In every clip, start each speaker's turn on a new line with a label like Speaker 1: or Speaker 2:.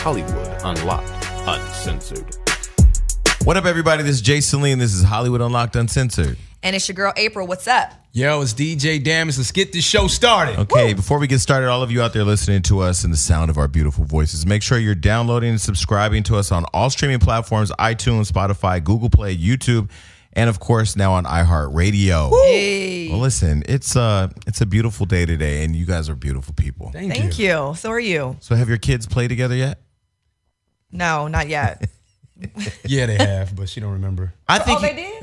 Speaker 1: Hollywood Unlocked Uncensored.
Speaker 2: What up, everybody? This is Jason Lee, and this is Hollywood Unlocked Uncensored.
Speaker 3: And it's your girl April. What's up?
Speaker 4: Yo, it's DJ Damage. Let's get this show started.
Speaker 2: Okay, before we get started, all of you out there listening to us and the sound of our beautiful voices, make sure you're downloading and subscribing to us on all streaming platforms iTunes, Spotify, Google Play, YouTube, and of course now on iHeartRadio.
Speaker 3: Hey.
Speaker 2: Well, listen, it's a it's a beautiful day today, and you guys are beautiful people.
Speaker 3: Thank you. So are you?
Speaker 2: So, have your kids played together yet?
Speaker 3: No, not yet.
Speaker 4: Yeah, they have, but she don't remember.
Speaker 2: I think you-
Speaker 3: Oh, did?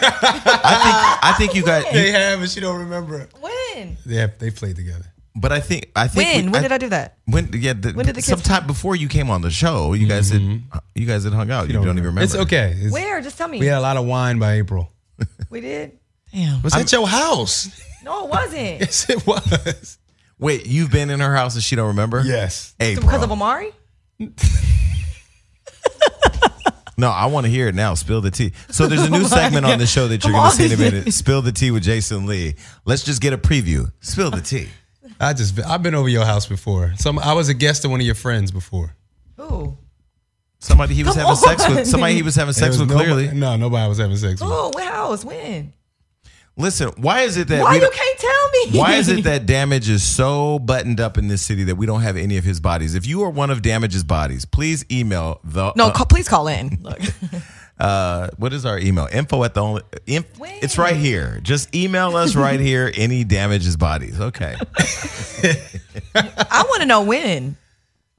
Speaker 2: I think I think you guys.
Speaker 4: They have, and she don't remember. it.
Speaker 3: When?
Speaker 4: They have, they played together.
Speaker 2: but I think I think
Speaker 3: When?
Speaker 2: we-
Speaker 3: When did I do that?
Speaker 2: When yeah, the,
Speaker 3: When did the kids-
Speaker 2: sometime before you came on the show, you guys
Speaker 4: Mm-hmm.
Speaker 2: had you guys had hung out. You don't, even remember. Oh.
Speaker 4: It's okay. It's-
Speaker 3: Where? Just tell me.
Speaker 4: We had a lot of wine by April.
Speaker 3: We did?
Speaker 4: Was at your house?
Speaker 3: No, it wasn't.
Speaker 4: Yes, it was.
Speaker 2: Wait, you've been in her house and she don't remember?
Speaker 4: Yes.
Speaker 2: Hey,
Speaker 3: because
Speaker 2: bro.
Speaker 3: of Amari?
Speaker 2: No, I want to hear it now. Spill the tea. So there's a new segment on the show that you're
Speaker 3: Oh Come
Speaker 2: going
Speaker 3: on.
Speaker 2: to see in a minute. Spill the tea with Jason Lee. Let's just get a preview. Spill the tea.
Speaker 4: I just I've been over your house before. Some I was a guest of one of your friends before.
Speaker 3: Ooh.
Speaker 2: Somebody he was
Speaker 3: Come
Speaker 2: having sex
Speaker 3: on.
Speaker 2: with. Somebody he was having
Speaker 4: There
Speaker 2: sex
Speaker 4: was
Speaker 2: with.
Speaker 4: nobody-
Speaker 2: Clearly,
Speaker 4: no, nobody was having sex. with.
Speaker 3: Ooh, what house? When?
Speaker 2: listen. Why is it that
Speaker 3: Why
Speaker 2: we
Speaker 3: you
Speaker 2: don't-
Speaker 3: can't tell me?
Speaker 2: Why is it that Damage is so buttoned up in this city that we don't have any of his bodies? If you are one of Damage's bodies, please email the
Speaker 3: No,
Speaker 2: uh,
Speaker 3: call, please call in. Look.
Speaker 2: uh, what is our email? Info at the only. Inf-
Speaker 3: Wait.
Speaker 2: it's right here. Just email us right here. Any damages bodies. Okay.
Speaker 3: I want to know when.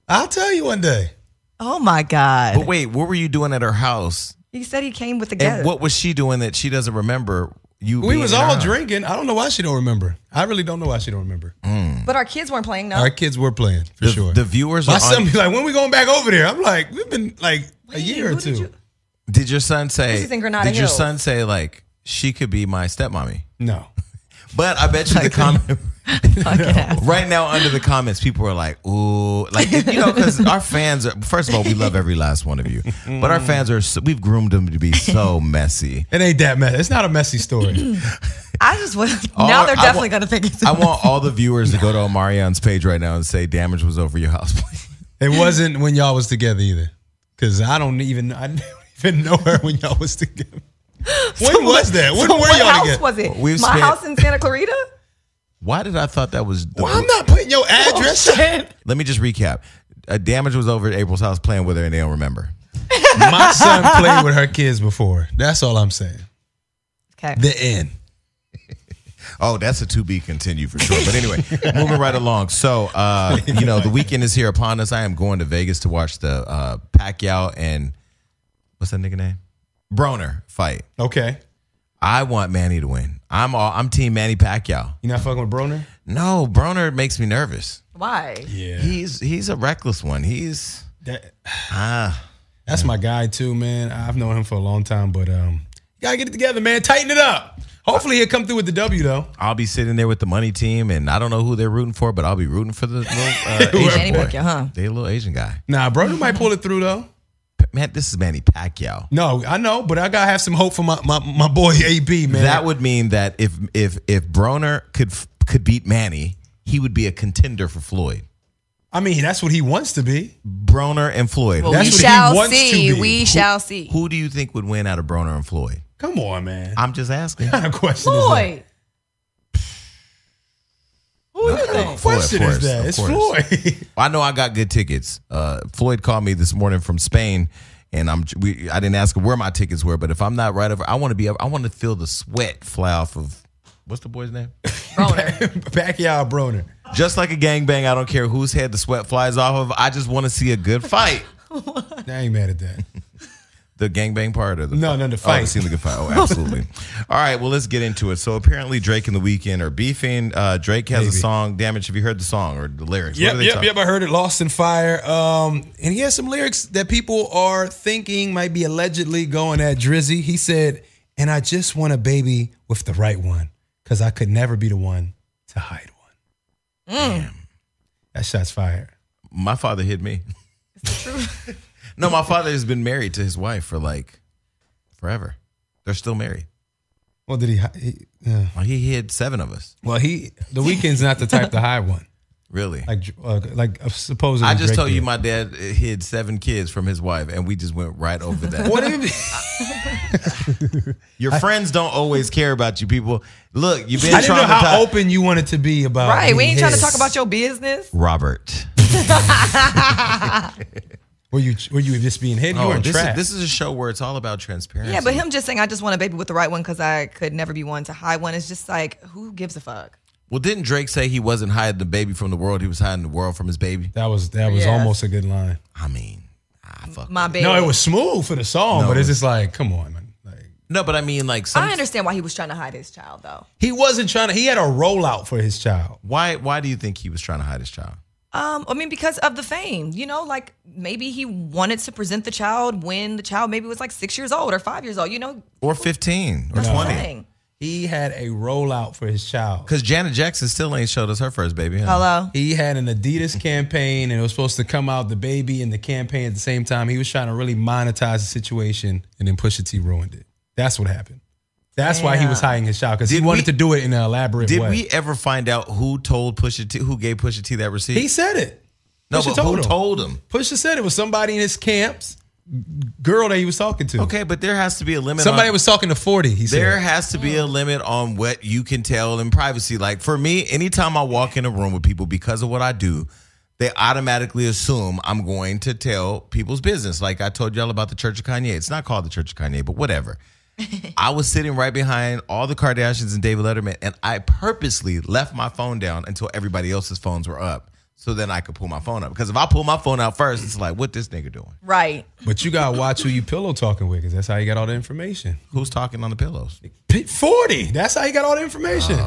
Speaker 4: I'll tell you one day.
Speaker 3: Oh my God.
Speaker 2: But wait, what were you doing at her house?
Speaker 3: He said he came with the
Speaker 2: And
Speaker 3: guest.
Speaker 2: what was she doing that she doesn't remember? You.
Speaker 4: We
Speaker 2: being
Speaker 4: was
Speaker 2: in her
Speaker 4: all
Speaker 2: house?
Speaker 4: drinking. I don't know why she don't remember. I really don't know why she don't remember.
Speaker 3: But our kids weren't playing, no.
Speaker 4: Our kids were playing for
Speaker 2: The,
Speaker 4: sure.
Speaker 2: the viewers. Are
Speaker 4: My
Speaker 2: on,
Speaker 4: son be like, when we going back over there? I'm like, we've been like a
Speaker 3: Wait,
Speaker 4: year or
Speaker 3: who did
Speaker 4: two.
Speaker 3: you-
Speaker 2: did your son say?
Speaker 3: This is in Granada
Speaker 2: Did your
Speaker 3: Hills.
Speaker 2: son say like she could be my stepmommy?
Speaker 4: No.
Speaker 2: But I bet you the comment. right now, under the comments, people are like, "Ooh, like you know," because our fans are. First of all, we love every last one of you, but our fans are. so- We've groomed them to be so messy.
Speaker 4: It ain't that messy. It's not a messy story.
Speaker 3: I just was.
Speaker 2: All-
Speaker 3: now they're
Speaker 2: I
Speaker 3: definitely
Speaker 2: want-
Speaker 3: going to think it's.
Speaker 2: I want all the viewers to go to Omarion's page right now and say damage was over your house. please."
Speaker 4: it wasn't when y'all was together either. Cause I don't even I don't even know her when y'all was together. When was that? When
Speaker 3: So
Speaker 4: were
Speaker 3: what
Speaker 4: y'all
Speaker 3: house
Speaker 4: together?
Speaker 3: was it?
Speaker 2: We've
Speaker 3: my
Speaker 2: spent-
Speaker 3: house in Santa Clarita?
Speaker 2: Why did I thought that was? The,
Speaker 4: Well, I'm not putting your address.
Speaker 2: Let me just recap. Uh, damage was over at April's house playing with her, and they don't remember.
Speaker 4: My son played with her kids before. That's all I'm saying.
Speaker 3: Okay.
Speaker 4: The end.
Speaker 2: Oh, that's a to be continued for sure. But anyway, moving right along. So, uh, you know, the weekend is here upon us. I am going to Vegas to watch the uh, Pacquiao and what's that nigga name? Broner fight.
Speaker 4: Okay.
Speaker 2: I want Manny to win. I'm all, I'm team Manny Pacquiao.
Speaker 4: You not fucking with Broner?
Speaker 2: No, Broner makes me nervous.
Speaker 3: Why?
Speaker 4: Yeah.
Speaker 2: He's he's a reckless one. He's
Speaker 4: That,
Speaker 2: ah
Speaker 4: that's my guy too, man. I've known him for a long time, but um you gotta get it together, man. Tighten it up. Hopefully he'll come through with the W though.
Speaker 2: I'll be sitting there with the money team and I don't know who they're rooting for, but I'll be rooting for the little uh, Asian
Speaker 3: Manny
Speaker 2: boy.
Speaker 3: Pacquiao, huh?
Speaker 2: They little Asian guy.
Speaker 4: Nah, Broner might pull it through though.
Speaker 2: Man, this is Manny Pacquiao.
Speaker 4: No, I know, but I gotta have some hope for my my, my boy AB, man.
Speaker 2: That would mean that if if if Broner could could beat Manny, he would be a contender for Floyd.
Speaker 4: I mean, that's what he wants to be.
Speaker 2: Broner and Floyd.
Speaker 3: Well,
Speaker 2: That-
Speaker 4: That's
Speaker 3: we
Speaker 4: what he
Speaker 3: shall
Speaker 4: wants to
Speaker 3: see.
Speaker 4: be.
Speaker 3: We
Speaker 4: Who-
Speaker 3: shall see.
Speaker 2: who do you think would win out of Broner and Floyd?
Speaker 4: Come on, man.
Speaker 2: I'm just asking.
Speaker 4: What kind of question is that?
Speaker 3: Floyd. Who you
Speaker 2: Floyd,
Speaker 3: think?
Speaker 4: question
Speaker 2: of
Speaker 4: is
Speaker 2: course,
Speaker 4: that?
Speaker 2: of
Speaker 4: It's
Speaker 2: course.
Speaker 4: Floyd.
Speaker 2: I know I got good tickets. Uh, Floyd called me this morning from Spain, and I'm we, I didn't ask him where my tickets were, but if I'm not right over, I want to be. up- I want to feel the sweat fly off of what's the boy's name?
Speaker 3: Broner.
Speaker 4: Pacquiao Broner.
Speaker 2: just like a gangbang, I don't care whose head the sweat flies off of. I just want to see a good fight.
Speaker 4: I ain't mad at that.
Speaker 2: The gangbang part of the
Speaker 4: No, no, the
Speaker 2: Oh,
Speaker 4: fight.
Speaker 2: seen the good fight. Oh, absolutely. All right, well, let's get into it. So apparently, Drake and the Weekend are beefing. Uh, Drake has a
Speaker 4: Maybe.
Speaker 2: song. Damage. Have you heard the song or the lyrics? What
Speaker 4: yep,
Speaker 2: are they
Speaker 4: yep,
Speaker 2: talking-
Speaker 4: yep. I heard it. Lost in Fire. Um, and he has some lyrics that people are thinking might be allegedly going at Drizzy. He said, "And I just want a baby with the right one, cause I could never be the one to hide one."
Speaker 3: Mm.
Speaker 4: That shot's fired.
Speaker 2: My father hit me. no, my father has been married to his wife for like forever. They're still married.
Speaker 4: Well, did he? hi- he yeah.
Speaker 2: Well, He hid seven of us.
Speaker 4: Well, he the weekend's not the type to hide one.
Speaker 2: Really?
Speaker 4: like uh, like uh, supposedly.
Speaker 2: I just
Speaker 4: Drake
Speaker 2: told you
Speaker 4: did.
Speaker 2: my dad hid seven kids from his wife, and we just went right over that.
Speaker 4: What if
Speaker 2: Your friends don't always care about you, people. Look, you've been
Speaker 4: I didn't know how
Speaker 2: traumatized.
Speaker 4: open you wanted to be
Speaker 2: Oh,
Speaker 4: about.
Speaker 3: Right. We
Speaker 4: being
Speaker 3: ain't trying to
Speaker 4: his.
Speaker 3: talk about your business.
Speaker 2: Robert.
Speaker 4: Were you were you just being hit? you were
Speaker 2: Oh, this, is,
Speaker 4: trapped.
Speaker 2: this is a show where it's all about transparency.
Speaker 3: Yeah, but him just saying I just want a baby with the right one because I could never be one to hide one is just like who gives a fuck.
Speaker 2: Well, didn't Drake say he wasn't hiding the baby from the world? He was hiding the world from his baby.
Speaker 4: that was that was
Speaker 3: Yeah.
Speaker 4: almost a good line.
Speaker 2: I mean, I fuck.
Speaker 3: My baby.
Speaker 4: No, it was smooth for the song, but it's just like, come on, man. Like,
Speaker 2: No, but I mean, like, some,
Speaker 3: I understand why he was trying to hide his child though.
Speaker 4: he wasn't trying to. He had a rollout for his child.
Speaker 2: why? Why do you think he was trying to hide his child?
Speaker 3: Um, I mean, because of the fame, you know, like maybe he wanted to present the child when the child maybe was like six years old or five years old, you know,
Speaker 2: Or fifteen or
Speaker 3: that's the
Speaker 2: twenty?
Speaker 3: thing.
Speaker 4: He had a rollout for his child.
Speaker 2: Because Janet Jackson still ain't showed us her first baby. huh?
Speaker 3: Hello.
Speaker 4: He had an Adidas campaign, and it was supposed to come out the baby and the campaign at the same time. He was trying to really monetize the situation, and then Pusha T ruined it. That's what happened. That's why he was hiding his child because he
Speaker 2: Did
Speaker 4: wanted
Speaker 2: we-
Speaker 4: to do it in an elaborate
Speaker 2: Did
Speaker 4: way.
Speaker 2: we ever find out who told Pusha T? Who gave Pusha T that receipt?
Speaker 4: he said it.
Speaker 2: no,
Speaker 4: Pusha
Speaker 2: but
Speaker 4: told
Speaker 2: who
Speaker 4: him.
Speaker 2: told him?
Speaker 4: Pusha said it was somebody in his camps, g- girl that he was talking to.
Speaker 2: Okay, but there has to be a limit.
Speaker 4: Somebody
Speaker 2: on,
Speaker 4: was talking to 40. He said.
Speaker 2: There has to be a limit on what you can tell in privacy. Like for me, anytime I walk in a room with people because of what I do, they automatically assume I'm going to tell people's business. Like I told y'all about the Church of Kanye. It's not called the Church of Kanye, but whatever. I was sitting right behind all the Kardashians and David Letterman, and I purposely left my phone down until everybody else's phones were up. So then I could pull my phone up. Because if I pull my phone out first, it's like, what this nigga doing?
Speaker 3: Right.
Speaker 4: But you gotta watch who you pillow talking with, because that's how you got all the information.
Speaker 2: Who's talking on the pillows? Oh.
Speaker 4: P- Forty. That's how he got all the information.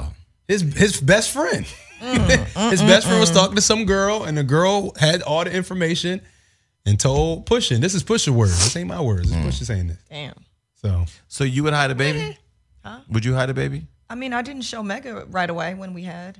Speaker 4: His his best friend. his best friend was talking to some girl, and the girl had all the information and told Pushin. This is Pusha words. This ain't my words. This is Pusha saying this.
Speaker 3: Damn.
Speaker 4: So
Speaker 2: Mm. So you would hide a baby? Would you hide a baby?
Speaker 3: I mean, I didn't show Mega right away when we had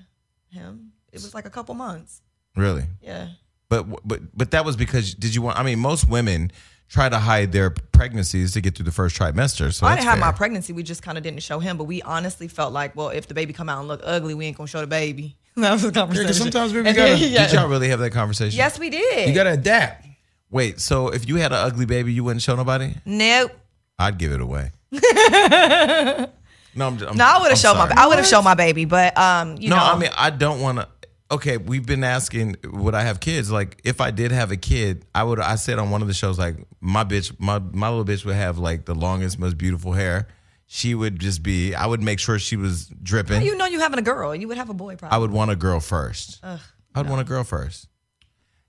Speaker 3: him. It was like a couple months.
Speaker 2: Really?
Speaker 3: Yeah.
Speaker 2: But but but that was because did you want? I mean, most women try to hide their pregnancies to get through the first trimester. So
Speaker 3: I
Speaker 2: that's
Speaker 3: didn't have my
Speaker 2: fair.
Speaker 3: pregnancy. We just kind of didn't show him, but we honestly felt like, well, if the baby come out and look ugly, we ain't gonna show the baby. that was the conversation.
Speaker 4: sometimes babies
Speaker 3: And then-
Speaker 4: gotta-
Speaker 3: yeah.
Speaker 2: Did y'all really have that conversation?
Speaker 3: Yes, we did.
Speaker 4: you gotta adapt.
Speaker 2: Wait. So if you had an ugly baby, you wouldn't show nobody?
Speaker 3: nope.
Speaker 2: I'd give it away. no, I'm. j- I'm
Speaker 3: No, I would
Speaker 2: I'm
Speaker 3: have shown
Speaker 2: sorry.
Speaker 3: my I would have shown my baby, but um, you
Speaker 2: No,
Speaker 3: know,
Speaker 2: I mean, I don't want to. Okay, we've been asking, would I have kids? Like, if I did have a kid, I would. I said on one of the shows, like, my bitch, my my little bitch would have like the longest, most beautiful hair. She would just be. I would make sure she was dripping.
Speaker 3: you know, you having a girl, you would have a boy
Speaker 2: I
Speaker 3: probably.
Speaker 2: would want a girl first. I'd want a girl first.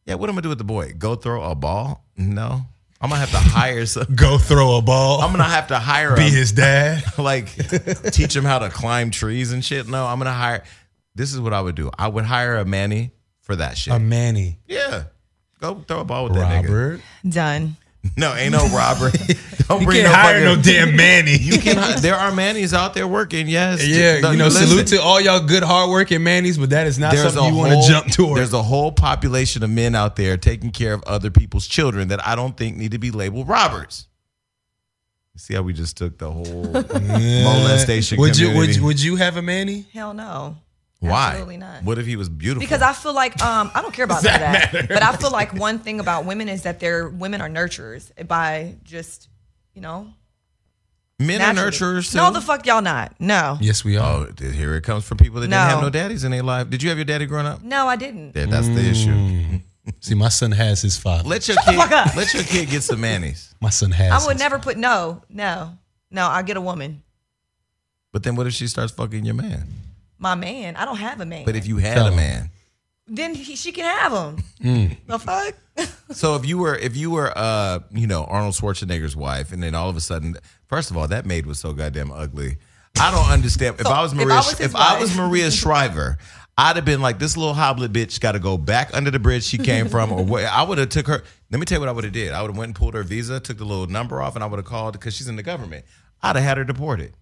Speaker 2: Yeah, what am I gonna do with the boy? Go throw a ball? No, I'm gonna have to hire some.
Speaker 4: Go throw a ball.
Speaker 2: I'm gonna have to hire
Speaker 4: be
Speaker 2: a
Speaker 4: his dad.
Speaker 2: like teach him how to climb trees and shit. No, I'm gonna hire. This is what I would do. I would hire a Manny for that shit.
Speaker 4: A Manny.
Speaker 2: yeah, go throw a ball with that nigga.
Speaker 4: Robert.
Speaker 3: Done.
Speaker 2: No, ain't no Robert. Don't
Speaker 4: You
Speaker 2: bring
Speaker 4: can't
Speaker 2: no
Speaker 4: hire no
Speaker 2: fucking-
Speaker 4: damn Manny.
Speaker 2: You can. hi- There are Mannies out there working. Yes.
Speaker 4: Yeah,
Speaker 2: No,
Speaker 4: you know,
Speaker 2: listen.
Speaker 4: salute to all y'all good hardworking Manny's, but that is not
Speaker 2: There's a
Speaker 4: something you want
Speaker 2: whole-
Speaker 4: to jump toward.
Speaker 2: There's a whole population of men out there taking care of other people's children that I don't think need to be labeled robbers. You see how we just took the whole molestation
Speaker 4: would you would,
Speaker 2: community?
Speaker 4: you- would you have a Manny?
Speaker 3: Hell no.
Speaker 2: Why?
Speaker 3: Absolutely not.
Speaker 2: What if he was beautiful?
Speaker 3: Because I feel like um, I don't care about that, but I feel like one thing about women is that they're women are nurturers by just you know
Speaker 2: men are
Speaker 3: naturally.
Speaker 2: nurturers too.
Speaker 3: No, the fuck y'all not. Uh, No,
Speaker 4: Yes, we are.
Speaker 2: Oh, th- here it comes from people that didn't
Speaker 3: No.
Speaker 2: have no daddies in their life. Did you have your daddy growing up?
Speaker 3: no, I didn't.
Speaker 2: Yeah, that's the issue.
Speaker 4: Mm. See, my son has his father.
Speaker 2: Let your kid let your kid get some mannies.
Speaker 4: my son has.
Speaker 3: I would
Speaker 4: his-
Speaker 3: never put no, no, no. I get a woman,
Speaker 2: But then what if she starts fucking your man?
Speaker 3: my man. I don't have a man.
Speaker 2: But if you had
Speaker 4: Tell
Speaker 2: a
Speaker 4: him.
Speaker 2: man.
Speaker 3: then he, she can have him.
Speaker 4: Mm.
Speaker 3: The fuck?
Speaker 2: So if you were if you were uh you know Arnold Schwarzenegger's wife and then all of a sudden first of all that maid was so goddamn ugly. I don't understand. If
Speaker 3: So,
Speaker 2: I was
Speaker 3: if I
Speaker 2: Maria
Speaker 3: was
Speaker 2: if, I
Speaker 3: his
Speaker 2: was,
Speaker 3: wife.
Speaker 2: Maria Shriver, I'd have been like this little hoblet bitch got to go back under the bridge she came from or what I would have took her Let me tell you what I would have did. I would have went and pulled her visa, took the little number off and I would have called cuz she's in the government. I'd have had her deported.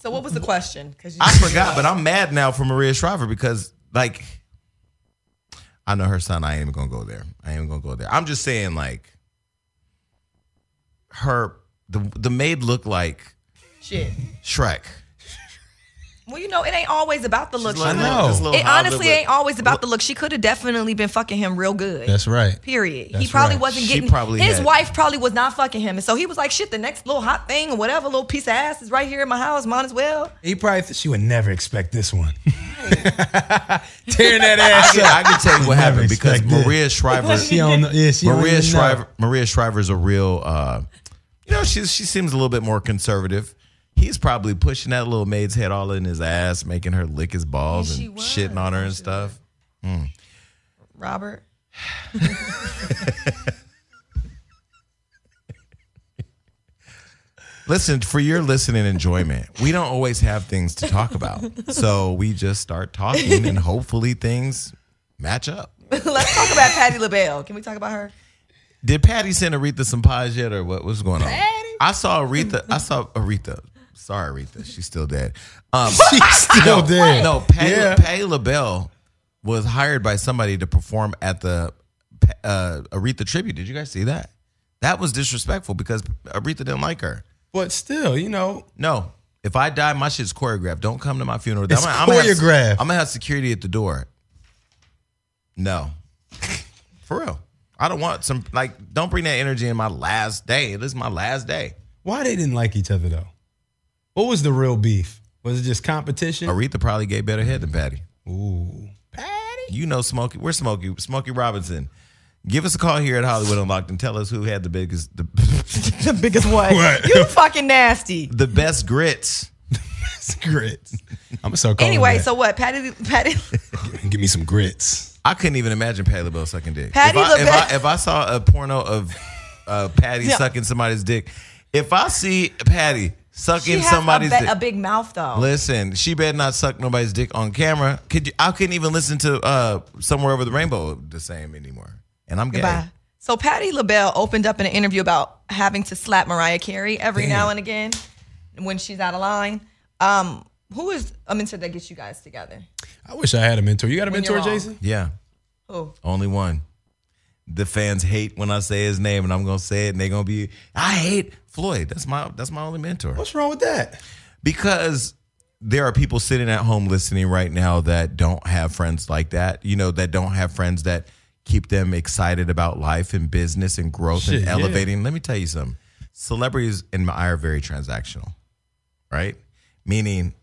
Speaker 3: So what was the question? Because
Speaker 2: I forgot, but I'm mad now for Maria Shriver because like I know her son. I ain't even gonna go there. I ain't even gonna go there. I'm just saying like her the the maid looked like
Speaker 3: shit.
Speaker 2: Shrek.
Speaker 3: Well, you know, it ain't always about the look. She
Speaker 4: I
Speaker 3: coulda-
Speaker 4: know.
Speaker 3: It honestly ain't always about the look. She could have definitely been fucking him real good.
Speaker 4: That's right.
Speaker 3: Period. he
Speaker 4: That's
Speaker 3: probably
Speaker 4: right.
Speaker 3: wasn't
Speaker 2: She
Speaker 3: getting.
Speaker 2: probably
Speaker 3: his
Speaker 2: had-
Speaker 3: wife probably was not fucking him, and so he was like, "Shit, the next little hot thing or whatever, little piece of ass is right here in my house. Might as well."
Speaker 4: He probably thought she would never expect this one. Tearing that ass
Speaker 2: Yeah,
Speaker 4: up.
Speaker 2: I can tell you what happened because
Speaker 4: expected.
Speaker 2: Maria Shriver,
Speaker 4: She don't know. Yeah, she don't even
Speaker 2: Maria
Speaker 4: know.
Speaker 2: Shriver, Maria Shriver is a real, uh, you know, she she seems a little bit more conservative. He's probably pushing that little maid's head all in his ass, making her lick his balls
Speaker 3: And she
Speaker 2: and
Speaker 3: was.
Speaker 2: shitting on her and stuff. Hmm.
Speaker 3: Robert.
Speaker 2: Listen, for your listening enjoyment, we don't always have things to talk about, so we just start talking and hopefully things match up.
Speaker 3: Let's talk about Patty LaBelle. Can we talk about her?
Speaker 2: Did Patty send Aretha some pies yet, or what? What's going on? I saw Aretha. I saw Aretha. Sorry, Aretha. She's still dead. Um,
Speaker 4: She's still there.
Speaker 2: No, Patty,
Speaker 4: Yeah.
Speaker 2: Patty LaBelle was hired by somebody to perform at the uh, Aretha tribute. Did you guys see that? That was disrespectful because Aretha didn't like her.
Speaker 4: But still, you know,
Speaker 2: No, if I die, my shit's choreographed. Don't come to my funeral.
Speaker 4: It's choreographed.
Speaker 2: I'm gonna have security at the door. No, for real. I don't want some like. Don't bring that energy in my last day. This is my last day.
Speaker 4: why they didn't like each other though? What was the real beef? Was it just competition?
Speaker 2: Aretha probably gave better head than Patty.
Speaker 4: Ooh, Patty.
Speaker 2: You know, Smokey. We're Smokey. Smokey Robinson. Give us a call here at Hollywood Unlocked and tell us who had the biggest, the,
Speaker 3: The biggest one.
Speaker 4: What?
Speaker 3: You fucking nasty.
Speaker 2: the best grits.
Speaker 4: It's grits. I'm gonna start calling.
Speaker 3: Anyway,
Speaker 4: that.
Speaker 3: so what? Patty Patty
Speaker 4: give me some grits.
Speaker 2: I couldn't even imagine Patty LaBelle sucking dick.
Speaker 3: Patti
Speaker 2: if, I, if,
Speaker 3: LaBelle-
Speaker 2: I, if I saw a porno of uh, Patty
Speaker 3: Yeah.
Speaker 2: sucking somebody's dick, if I see Patty
Speaker 3: she
Speaker 2: sucking
Speaker 3: has
Speaker 2: somebody's
Speaker 3: a, be-
Speaker 2: dick,
Speaker 3: a big mouth though.
Speaker 2: listen, she better not suck nobody's dick on camera. Could you, I couldn't even listen to uh, "Somewhere Over the Rainbow" the same anymore. And I'm gay.
Speaker 3: Goodbye. So Patty LaBelle opened up in an interview about having to slap Mariah Carey every now and again when she's out of line. Um, who is a mentor that gets you guys together?
Speaker 4: I wish I had a mentor. You got a
Speaker 3: When you're
Speaker 4: mentor,
Speaker 3: wrong.
Speaker 4: Jason?
Speaker 2: Yeah,
Speaker 3: Who?
Speaker 2: only one. The fans hate when I say his name, and I'm gonna say it, and they're gonna be, I hate Floyd. That's my that's my only mentor.
Speaker 4: What's wrong with that?
Speaker 2: because there are people sitting at home listening right now that don't have friends like that you know that don't have friends that keep them excited about life and business and growth
Speaker 4: Shit,
Speaker 2: and
Speaker 4: yeah.
Speaker 2: elevating let me tell you something celebrities in my eye are very transactional right meaning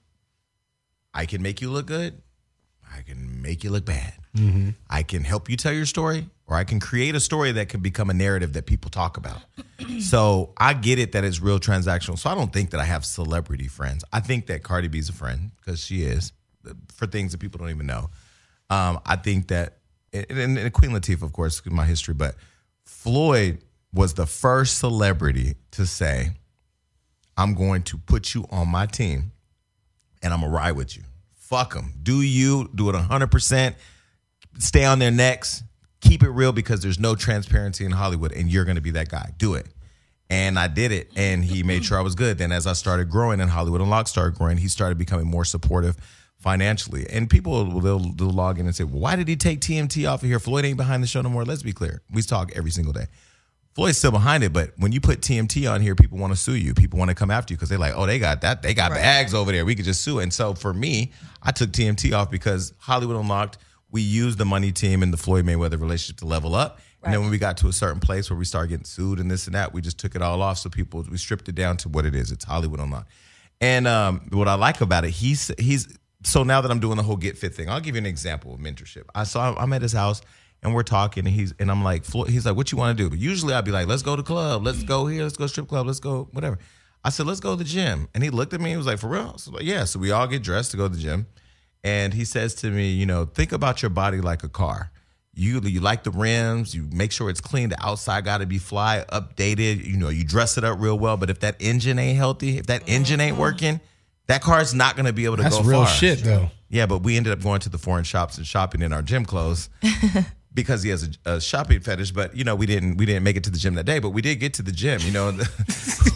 Speaker 2: i can make you look good i can make you look bad i can help you tell your story or i can create a story that can become a narrative that people talk about so I get it that it's real transactional. So I don't think that I have celebrity friends. I think that Cardi B's a friend because she is for things that people don't even know. Um, I think that and, and- and Queen Latifah, of course, my history, but Floyd was the first celebrity to say, "I'm going to put you on my team, and I'm gonna ride with you." Fuck them. Do you do it 100 percent? stay on their necks, keep it real because there's no transparency in Hollywood, and you're gonna be that guy. Do it. And I did it, and he made sure I was good. Then, as I started growing and Hollywood Unlocked started growing, he started becoming more supportive financially. And people will they'll, they'll log in and say, well, "Why did he take TMT off of here? Floyd ain't behind the show no more." Let's be clear, we talk every single day. Floyd's still behind it, but when you put TMT on here, people want to sue you. People want to come after you because they're like, oh, they got that. They got bags over there. We could just sue. And so for me, I took TMT off because Hollywood Unlocked, we used the money team and the Floyd Mayweather relationship to level up. And then when we got to a certain place where we started getting sued and this and that, we just took it all off. So people, we stripped it down to what it is. It's Hollywood Unlocked. And um, what I like about it, he's he's so now that I'm doing the whole get fit thing, I'll give you an example of mentorship. I saw I'm at his house and we're talking, and he's and I'm like, Flo- he's like, what you want to do? But usually I'd be like, let's go to club, let's go here, let's go strip club, let's go whatever. I said, let's go to the gym, and he looked at me, and was like, for real? So like, yeah. So we all get dressed to go to the gym, and he says to me, you know, think about your body like a car. You you like the rims, you make sure it's clean. The outside got to be fly, updated. You know, you dress it up real well. But if that engine ain't healthy, if that engine ain't working, that car's not gonna be able to
Speaker 4: Mm-hmm. That's
Speaker 2: go
Speaker 4: real
Speaker 2: far.
Speaker 4: shit, though.
Speaker 2: Yeah, but we ended up going to the foreign shops and shopping in our gym clothes because he has a, a shopping fetish. But you know, we didn't we didn't make it to the gym that day, but we did get to the gym. You know, we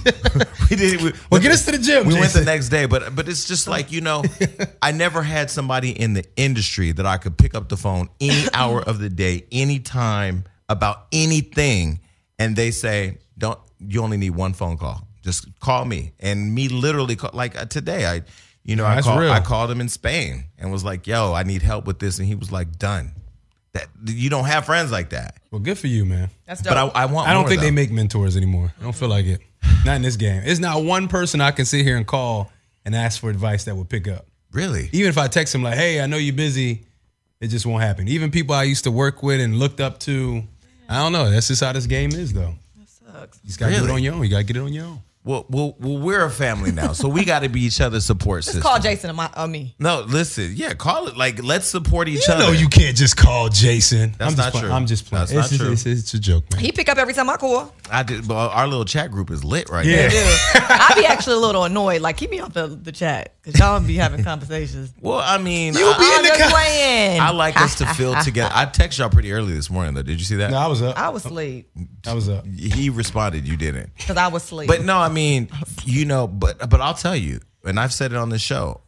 Speaker 2: did. We,
Speaker 4: Well, get us to the gym.
Speaker 2: we went the
Speaker 4: Jason.
Speaker 2: next day, but but it's just like you know, I never had somebody in the industry that I could pick up the phone any hour of the day, any time about anything, and they say, "Don't you only need one phone call? Just call me." And me literally call, like uh, today, I You know, I
Speaker 4: That's
Speaker 2: called
Speaker 4: real.
Speaker 2: I called him in Spain and was like, "Yo, I need help with this," and he was like, "Done." That you don't have friends like that.
Speaker 4: Well, good for you, man.
Speaker 3: That's dope.
Speaker 2: But I, I want.
Speaker 4: I don't
Speaker 2: more,
Speaker 4: think
Speaker 2: though.
Speaker 4: they make mentors anymore. I don't feel like it. Not in this game. It's not one person I can sit here and call and ask for advice that would pick up.
Speaker 2: really.
Speaker 4: Even if I text them like, "Hey, I know you're busy," it just won't happen. Even people I used to work with and looked up to, I don't know. That's just how this game is, though.
Speaker 3: Sucks.
Speaker 4: You just gotta do
Speaker 2: Really?
Speaker 4: it on your own. You gotta get it on your own.
Speaker 2: Well, well, well we're a family now, so we got to be each other's support system.
Speaker 3: Call Jason and my, uh, me.
Speaker 2: no, listen, yeah, call it like let's support each
Speaker 4: You
Speaker 2: other.
Speaker 4: know you can't just call Jason.
Speaker 2: That's
Speaker 4: I'm
Speaker 2: not
Speaker 4: just playing.
Speaker 2: true.
Speaker 4: I'm just playing.
Speaker 2: That's
Speaker 4: it's
Speaker 2: not
Speaker 4: just-
Speaker 2: true.
Speaker 4: It's, it's a joke, man.
Speaker 3: He pick up every time I call.
Speaker 2: I did. Well, our little chat group is lit right
Speaker 4: Yeah.
Speaker 2: now.
Speaker 3: Dude, I be actually a little annoyed. Like keep me off the, the chat because y'all be having conversations.
Speaker 2: Well, I mean,
Speaker 4: You be
Speaker 2: I,
Speaker 4: in
Speaker 3: I'm
Speaker 4: the
Speaker 3: just
Speaker 4: co-
Speaker 3: Oh, playing.
Speaker 2: I like us to feel together. I texted y'all pretty early this morning, though. Did you see that?
Speaker 4: No, I was uh, up.
Speaker 3: I was asleep
Speaker 4: I was up.
Speaker 2: He responded. You didn't.
Speaker 3: because I was asleep.
Speaker 2: But no, I mean, you know, but but I'll tell you, and I've said it on the show.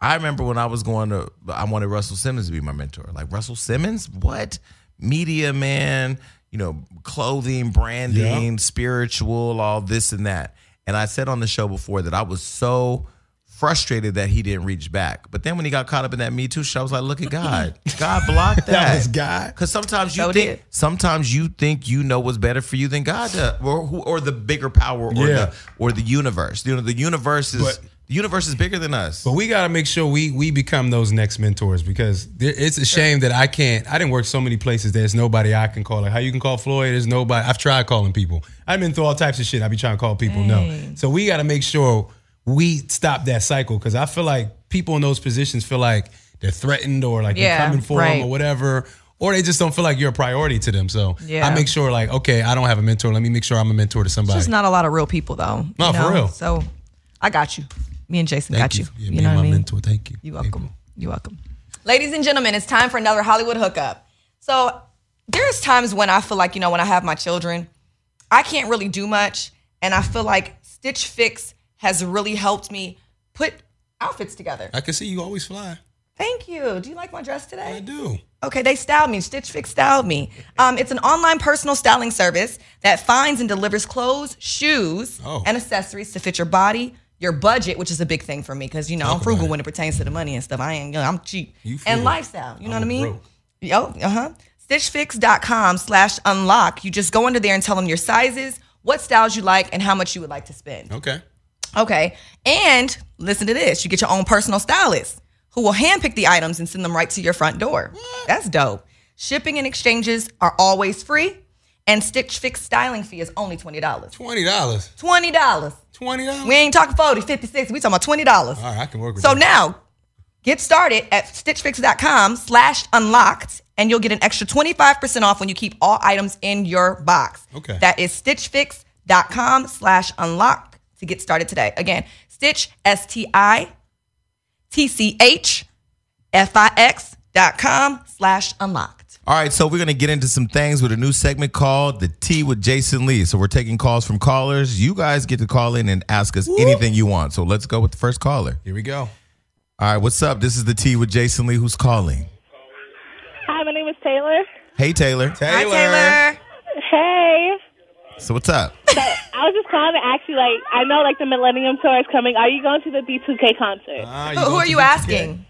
Speaker 2: I remember when I was going to, I wanted Russell Simmons to be my mentor. Like Russell Simmons, what media man? You know, clothing, branding, spiritual, all this and that. And I said on the show before that I was so frustrated that he didn't reach back. But then when he got caught up in that Me Too shit, I was like, look at God. God blocked that.
Speaker 4: was God.
Speaker 2: Because sometimes you
Speaker 3: So
Speaker 2: think
Speaker 3: did.
Speaker 2: sometimes you think you know what's better for you than God does, or who, or the bigger power, or
Speaker 4: Yeah.
Speaker 2: the or the universe. You know, the universe is
Speaker 4: But-
Speaker 2: the universe is bigger than us.
Speaker 4: But we got to make sure we we become those next mentors because there, it's a shame that I can't. I didn't work so many places. There's nobody I can call. Like how you can call Floyd. There's nobody. I've tried calling people. I've been through all types of shit. I be trying to call people. No. So we got to make sure we stop that cycle because I feel like people in those positions feel like they're threatened or like
Speaker 3: Yeah,
Speaker 4: you're coming for
Speaker 3: right.
Speaker 4: them or whatever. Or they just don't feel like you're a priority to them. So
Speaker 3: Yeah.
Speaker 4: I make sure, like, okay, I don't have a mentor. Let me make sure I'm a mentor to somebody.
Speaker 3: There's not a lot of real people though.
Speaker 4: No,
Speaker 3: you
Speaker 4: for
Speaker 3: know?
Speaker 4: real.
Speaker 3: So I got you. Me and Jason got you.
Speaker 4: Yeah,
Speaker 3: You,
Speaker 4: me and
Speaker 3: know what
Speaker 4: my
Speaker 3: I mean?
Speaker 4: mentor. Thank you.
Speaker 3: You're welcome. You're welcome. Ladies and gentlemen, it's time for another Hollywood hookup. So there's times when I feel like, you know, when I have my children, I can't really do much. And I feel like Stitch Fix has really helped me put outfits together.
Speaker 4: I can see you always fly.
Speaker 3: Thank you. Do you like my dress
Speaker 4: I
Speaker 3: today?
Speaker 4: do.
Speaker 3: Okay, they styled me. Stitch Fix styled me. Um, it's an online personal styling service that finds and delivers clothes, shoes,
Speaker 4: Oh.
Speaker 3: and accessories to fit your body, your budget, which is a big thing for me because you know I'm frugal when it pertains to the money and stuff. I ain't, you know, I'm cheap
Speaker 4: You
Speaker 3: and
Speaker 4: frugal.
Speaker 3: lifestyle. You know what I
Speaker 4: I'm
Speaker 3: mean?
Speaker 4: broke.
Speaker 3: Yo, uh huh. Stitchfix.com slash unlock. You just go under there and tell them your sizes, what styles you like, and how much you would like to spend.
Speaker 4: Okay.
Speaker 3: Okay. And listen to this you get your own personal stylist who will handpick the items and send them right to your front door. That's dope. Shipping and exchanges are always free, and Stitch Fix styling fee is only $20.
Speaker 4: Twenty dollars.
Speaker 3: $20.
Speaker 4: Twenty
Speaker 3: We
Speaker 4: dollars.
Speaker 3: ain't talking 40, 56. We talking about $20.
Speaker 4: All right, I can work with
Speaker 3: So
Speaker 4: that.
Speaker 3: now, get started at stitchfix.com slash unlocked, and you'll get an extra 25% off when you keep all items in your box.
Speaker 4: Okay.
Speaker 3: That is stitchfix.com slash unlocked to get started today. Again, stitch, S-T-I-T-C-H-F-I-X dot com slash unlocked.
Speaker 2: All right, so we're gonna get into some things with a new segment called the Tea with Jason Lee. So we're taking calls from callers. You guys get to call in and ask us anything you want. So let's go with the first caller.
Speaker 4: Here we go.
Speaker 2: All right, what's up? This is the Tea with Jason Lee. Who's calling?
Speaker 5: Hi, my name is Taylor.
Speaker 2: Hey Taylor.
Speaker 3: Hi, Taylor.
Speaker 5: Hey.
Speaker 2: So what's up?
Speaker 5: I was just calling to ask you, like, I know, like, the Millennium Tour is coming. Are you going to the B2K concert?
Speaker 4: Ah,
Speaker 3: Who, who
Speaker 4: going
Speaker 3: are
Speaker 4: to
Speaker 3: you
Speaker 4: the-
Speaker 3: asking?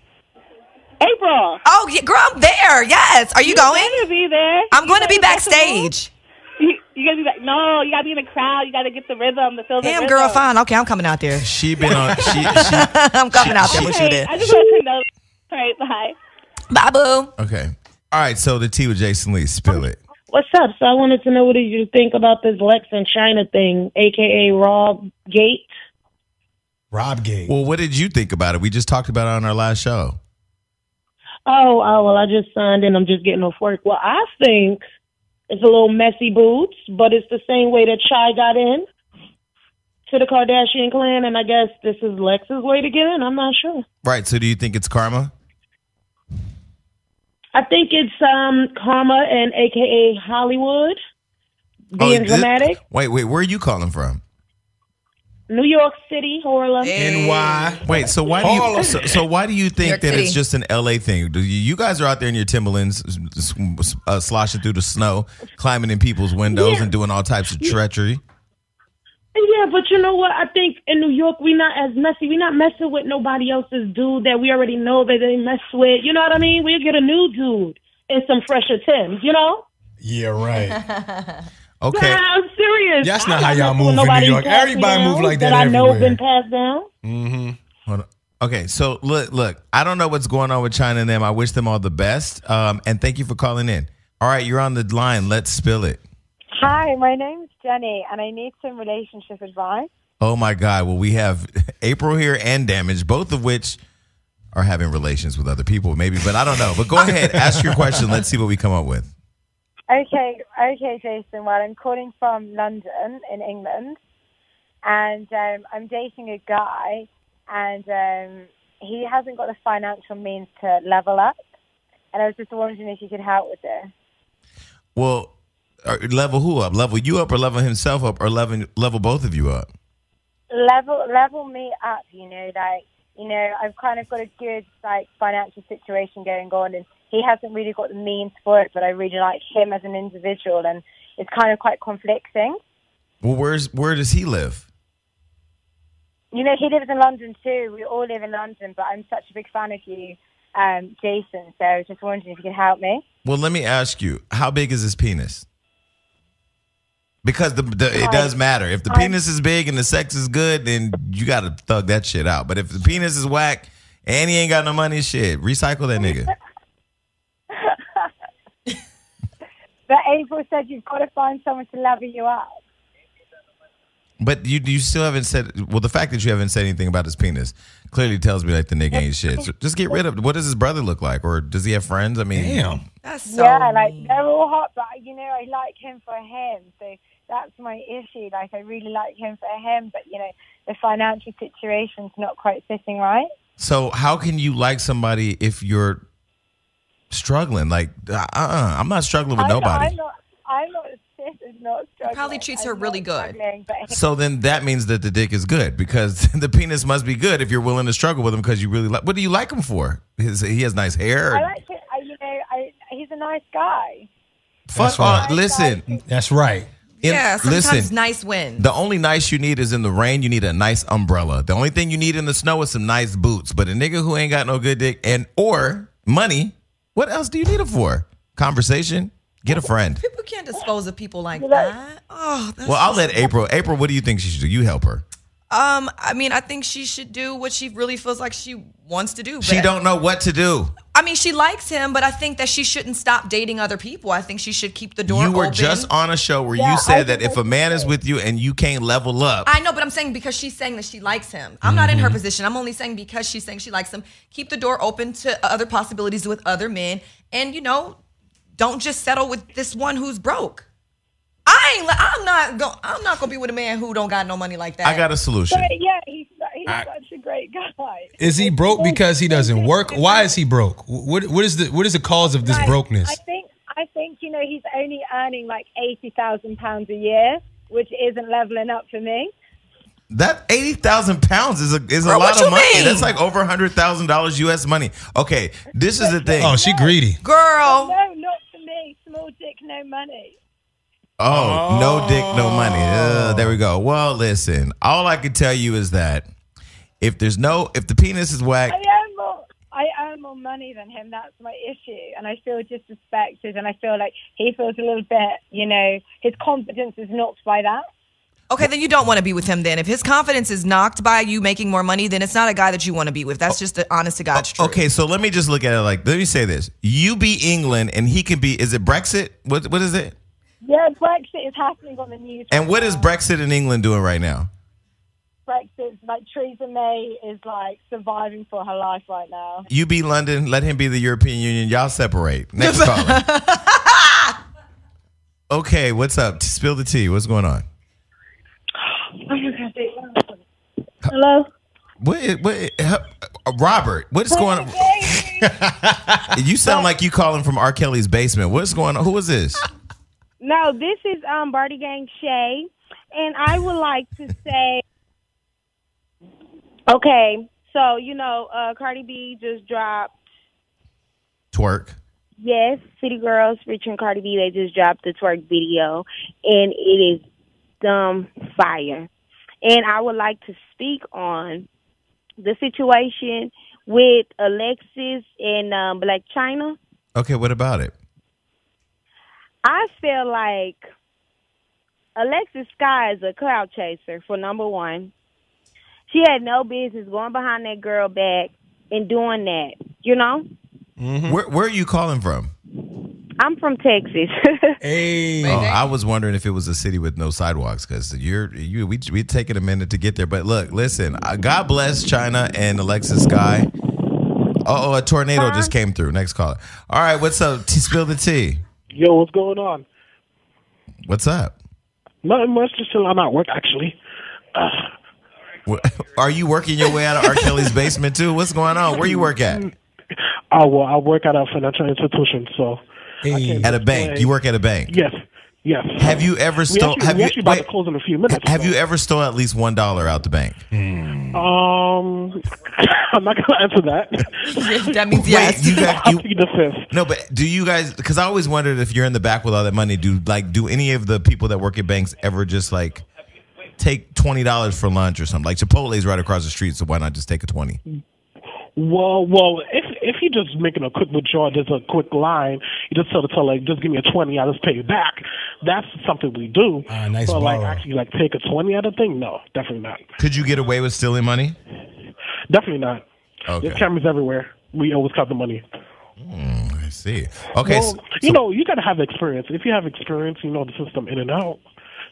Speaker 5: April.
Speaker 3: Oh, yeah, girl, I'm there. Yes. Are you
Speaker 5: You're
Speaker 3: going?
Speaker 5: going to be there.
Speaker 3: I'm going to be
Speaker 5: You gotta get the
Speaker 3: backstage.
Speaker 5: move. You, you gotta be back. No, you gotta be in the crowd. You gotta get the rhythm, the feel. the
Speaker 3: Damn,
Speaker 5: rhythm.
Speaker 3: girl, fine. Okay, I'm coming out there.
Speaker 2: She been on. She, she
Speaker 3: I'm coming out there with you
Speaker 5: Okay,
Speaker 3: there.
Speaker 5: I just want to know. All right, bye.
Speaker 3: Bye, boo.
Speaker 2: okay. All right, so the Tea with Jason Lee. Spill it.
Speaker 6: What's up? So I wanted to know what did you think about this Lex and China thing, aka Rob Gate?
Speaker 4: Rob Gate.
Speaker 2: Well, what did you think about it? We just talked about it on our last show.
Speaker 6: Oh, oh well, I just signed and I'm just getting off work. Well, I think it's a little messy boots, but it's the same way that Chai got in to the Kardashian clan, and I guess this is Lex's way to get in. I'm not sure.
Speaker 2: Right. So, do you think it's karma?
Speaker 6: I think it's um Karma and aka Hollywood being
Speaker 2: Oh, thi-
Speaker 6: dramatic.
Speaker 2: Wait, wait. Where are you calling from?
Speaker 6: New York City, Harlem.
Speaker 4: NY.
Speaker 2: Wait. So why do
Speaker 4: All
Speaker 2: you?
Speaker 4: of
Speaker 2: So, so why do you
Speaker 3: York
Speaker 2: think that
Speaker 3: City.
Speaker 2: it's just an LA thing? Do you, you guys are out there in your Timberlands, s- s- uh, sloshing through the snow, climbing in people's windows, and doing all types of treachery.
Speaker 6: Yeah, but you know what? I think in New York we not as messy. We not messing with nobody else's dude that we already know that they mess with. You know what I mean? We'll get a new dude and some fresher Tims, you know?
Speaker 4: Yeah, right.
Speaker 2: Okay.
Speaker 6: Nah, I'm serious.
Speaker 4: That's
Speaker 6: I'm
Speaker 4: not how y'all
Speaker 6: messing with
Speaker 4: move in New
Speaker 6: nobody
Speaker 4: York.
Speaker 6: passed
Speaker 4: Everybody move
Speaker 6: down
Speaker 4: like that
Speaker 6: I know
Speaker 4: everywhere.
Speaker 6: been passed down.
Speaker 2: Mm-hmm. Hold on. Okay, so look, look. I don't know what's going on with China and them. I wish them all the best. Um, and thank you for calling in. All right, you're on the line. Let's spill it.
Speaker 7: Hi, my name's Jenny, and I need some relationship advice.
Speaker 2: Oh my God. Well, we have April here and Damage, both of which are having relations with other people, maybe. But I don't know. But go ahead, ask your question. Let's see what we come up with.
Speaker 7: Okay, okay, Jason. Well, I'm calling from London in England, and um, I'm dating a guy, and um, he hasn't got the financial means to level up. And I was just wondering if you could help with this.
Speaker 2: Well, uh, level who up? Level you up, or level himself up, or level level both of you up?
Speaker 7: level level me up, you know, like you know, I've kind of got a good like financial situation going on and he hasn't really got the means for it, but I really like him as an individual and it's kind of quite conflicting.
Speaker 2: Well, where's where does he live?
Speaker 7: You know, he lives in London too. We all live in London, but I'm such a big fan of you, um, Jason, so I was just wondering if you could help me.
Speaker 2: Well, let me ask you, how big is his penis? Because the, the it does matter. If the penis is big and the sex is good, then you got to thug that shit out. But if the penis is whack and he ain't got no money, shit, recycle that nigga.
Speaker 7: But April said you've got to find someone to level you up.
Speaker 2: But you you still haven't said well the fact that you haven't said anything about his penis clearly tells me like the nigga ain't shit. So just get rid of. What does his brother look like, or does he have friends? I mean,
Speaker 4: Damn.
Speaker 3: That's so
Speaker 7: yeah, like
Speaker 3: mean.
Speaker 7: they're all hot, but you know, I like him for him. So that's my issue. Like I really like him for him, but you know, the financial situation's not quite sitting right.
Speaker 2: So how can you like somebody if you're struggling? Like, uh, uh, I'm not struggling with
Speaker 7: I'm
Speaker 2: nobody.
Speaker 7: Not, I'm not. I'm not. This is not struggling.
Speaker 3: Probably treats
Speaker 7: I'm
Speaker 3: her really
Speaker 7: not
Speaker 3: good.
Speaker 7: struggling, But he-
Speaker 2: So then that means that the dick is good because the penis must be good if you're willing to struggle with him because you really like. What do you like him for? His, he has nice hair.
Speaker 7: I like it. I, you know, I, he's a nice guy.
Speaker 2: Fuck
Speaker 4: That's right.
Speaker 2: off. Listen, in-
Speaker 4: That's right.
Speaker 3: yeah, sometimes
Speaker 2: listen.
Speaker 3: nice wins.
Speaker 2: the only nice you need is in the rain. You need a nice umbrella. The only thing you need in the snow is some nice boots. But a nigga who ain't got no good dick and or money, what else do you need it for? Conversation. Get a friend.
Speaker 3: People can't dispose of people like
Speaker 7: Right.
Speaker 3: that. Oh, that's
Speaker 2: Well, I'll let April. April, what do you think she should do? You help her.
Speaker 3: um. I mean, I think she should do what she really feels like she wants to do.
Speaker 2: She
Speaker 3: but-
Speaker 2: don't know what to do.
Speaker 3: I mean, she likes him, but I think that she shouldn't stop dating other people. I think she should keep the door.
Speaker 2: You were
Speaker 3: open.
Speaker 2: just on a show where
Speaker 7: Yeah,
Speaker 2: you
Speaker 7: I
Speaker 2: said that
Speaker 7: think
Speaker 2: if a man is with you and you can't level up,
Speaker 3: I know, but I'm saying because she's saying that she likes him. I'm not in
Speaker 2: Mm-hmm.
Speaker 3: her position. I'm only saying because she's saying she likes him. Keep the door open to other possibilities with other men, and you know, don't just settle with this one who's broke. I ain't. li- I'm not. Go, I'm not gonna be with a man who don't got no money like that.
Speaker 2: I got a solution.
Speaker 7: But yeah, he's he's such a great guy.
Speaker 4: Is he broke because he doesn't work? Why is he broke? What what is the what is the cause of this
Speaker 7: Right.
Speaker 4: brokenness?
Speaker 7: I think I think you know he's only earning like eighty thousand pounds a year, which isn't leveling up for me.
Speaker 2: That eighty thousand pounds is a is a
Speaker 3: Girl,
Speaker 2: lot
Speaker 3: what
Speaker 2: of
Speaker 3: you
Speaker 2: money.
Speaker 3: mean?
Speaker 2: That's like over hundred thousand dollars U.S. money. Okay, this is the thing.
Speaker 4: Oh,
Speaker 2: Oh,
Speaker 4: she greedy.
Speaker 3: girl.
Speaker 7: No, not for me. Small dick, no money.
Speaker 2: Oh, no dick, no money. Ugh, there we go. Well, listen. All I can tell you is that if there's no if the penis is whack,
Speaker 7: I earn more. I earn more money than him. That's my issue, and I feel disrespected, and I feel like he feels a little bit, you know, his confidence is knocked by that.
Speaker 3: Okay, then you don't want to be with him. Then if his confidence is knocked by you making more money, then it's not a guy that you want to be with. That's just the honest
Speaker 2: Uh,
Speaker 3: to God's truth.
Speaker 2: okay. So let me just look at it like let me say this: you be England and he can be. Is it Brexit? What what is it?
Speaker 7: Yeah, Brexit is happening on the news.
Speaker 2: And
Speaker 7: right
Speaker 2: what is
Speaker 7: now.
Speaker 2: Brexit in England doing right now?
Speaker 7: Brexit? Like Theresa May is like surviving for her life right now.
Speaker 2: You be London, let him be the European Union. Y'all separate. Next caller. okay, what's up? Spill the tea. What's going on?
Speaker 7: Oh my god! they- Hello.
Speaker 2: What? i- What? i- uh, Robert, what is going on? You sound like you calling from R. Kelly's basement. What's going on? Who is this?
Speaker 5: No, this is um Barty Gang Shay, and I would like to say, okay, so you know, uh, Cardi B just dropped
Speaker 2: Twerk.
Speaker 5: Yes, City Girls featuring Cardi B. They just dropped the twerk video, and it is dumb fire.
Speaker 7: And I would like to speak on the situation with Alexis and um, Black China.
Speaker 2: Okay, what about it?
Speaker 7: I feel like Alexis Sky is a cloud chaser for number one. She had no business going behind that girl back and doing that. You know,
Speaker 2: Where, where are you calling from?
Speaker 7: I'm from Texas.
Speaker 4: Hey.
Speaker 2: Oh, I was wondering if it was a city with no sidewalks because you're you we we taking a minute to get there. But look, listen, uh, God bless China and Alexis Sky. Oh, a tornado just came through. Next caller. All right, what's up? T- spill the tea.
Speaker 8: Yo, what's going on?
Speaker 2: What's up?
Speaker 8: Nothing much. Just till I'm at work, actually.
Speaker 2: Wh- Are you working your way out of R. Kelly's basement too? What's going on? Where you work at?
Speaker 8: I wo- I work at a financial institution, so
Speaker 4: Hey.
Speaker 2: At a bank. You work at a bank.
Speaker 8: yes, yes.
Speaker 2: Have you ever
Speaker 8: We
Speaker 2: stole?
Speaker 8: actually,
Speaker 2: Have
Speaker 8: we
Speaker 2: you
Speaker 8: actually about
Speaker 2: wait,
Speaker 8: to close in a few minutes.
Speaker 2: have you ever stole at least one dollar out the bank?
Speaker 8: so, Um, I'm not gonna answer that.
Speaker 3: that means yes.
Speaker 2: Wait, you got
Speaker 8: I'll
Speaker 2: you,
Speaker 8: plead the fifth.
Speaker 2: No, but do you guys? Because I always wondered if you're in the back with all that money. Do like do any of the people that work at banks ever just like take twenty dollars for lunch or something? Like Chipotle's right across the street, so why not just take a twenty?
Speaker 8: Well, well, if if you're just making a quick withdrawal, there's a quick line. You just tell the teller, just give me a twenty, I just pay you back. That's something we do.
Speaker 2: Uh,
Speaker 4: Ah, nice
Speaker 8: but like
Speaker 4: borrow.
Speaker 8: actually, like take a twenty out of thing? No, definitely not.
Speaker 2: Could you get away with stealing money?
Speaker 8: Definitely not.
Speaker 2: Okay,
Speaker 8: There's cameras everywhere. We always count the money.
Speaker 2: I see. Okay,
Speaker 8: well,
Speaker 2: so,
Speaker 8: you know, you gotta have experience. If you have experience, you know the system in and out.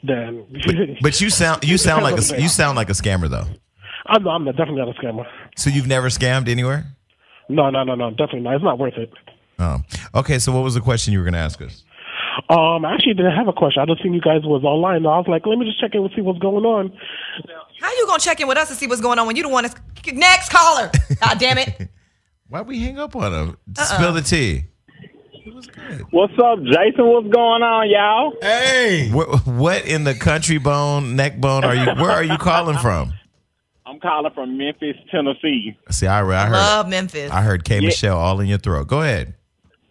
Speaker 8: Then,
Speaker 2: but you sound you sound like
Speaker 8: depends
Speaker 2: a
Speaker 8: on the
Speaker 2: you sound like a scammer though.
Speaker 8: I'm, I'm not- definitely not a scammer.
Speaker 2: So you've never scammed anywhere?
Speaker 8: No, no, no, no, definitely not. It's not worth it.
Speaker 2: Oh, okay. So what was the question you were going to ask us?
Speaker 8: Um, I actually didn't have a question. I just seen you guys was online. I was like, let me just check in and see what's going on.
Speaker 3: How you gonna check in with us and see what's going on when you the one that's next caller? God damn it!
Speaker 2: Why we hang up on him?
Speaker 3: Uh-uh.
Speaker 2: Spill the tea.
Speaker 9: What's up, Jason? What's going on, y'all?
Speaker 4: Hey.
Speaker 2: What, what in the country bone, neck bone are you? Where are you calling from?
Speaker 9: I'm calling from Memphis, Tennessee.
Speaker 2: See, I, re- I heard.
Speaker 3: Love Memphis.
Speaker 2: I heard K Michelle all in your throat. Go ahead.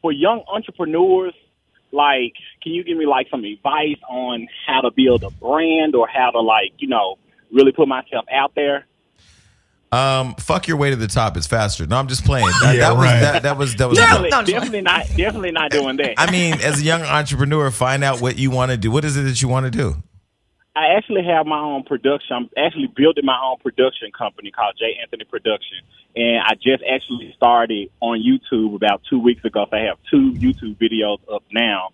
Speaker 9: For young entrepreneurs, like, can you give me like some advice on how to build a brand or how to like, you know, really put myself out there?
Speaker 2: Um, fuck your way to the top is faster. No, I'm just playing. That,
Speaker 4: Yeah,
Speaker 2: that
Speaker 4: right.
Speaker 2: was that, that was that was.
Speaker 3: No.
Speaker 9: Definitely, definitely not. Definitely not doing that.
Speaker 2: I mean, as a young entrepreneur, find out what you want to do. What is it that you want to do?
Speaker 9: I actually have my own production. I'm actually building my own production company called J. Anthony Production. And I just actually started on YouTube about two weeks ago. So I have two YouTube videos up now.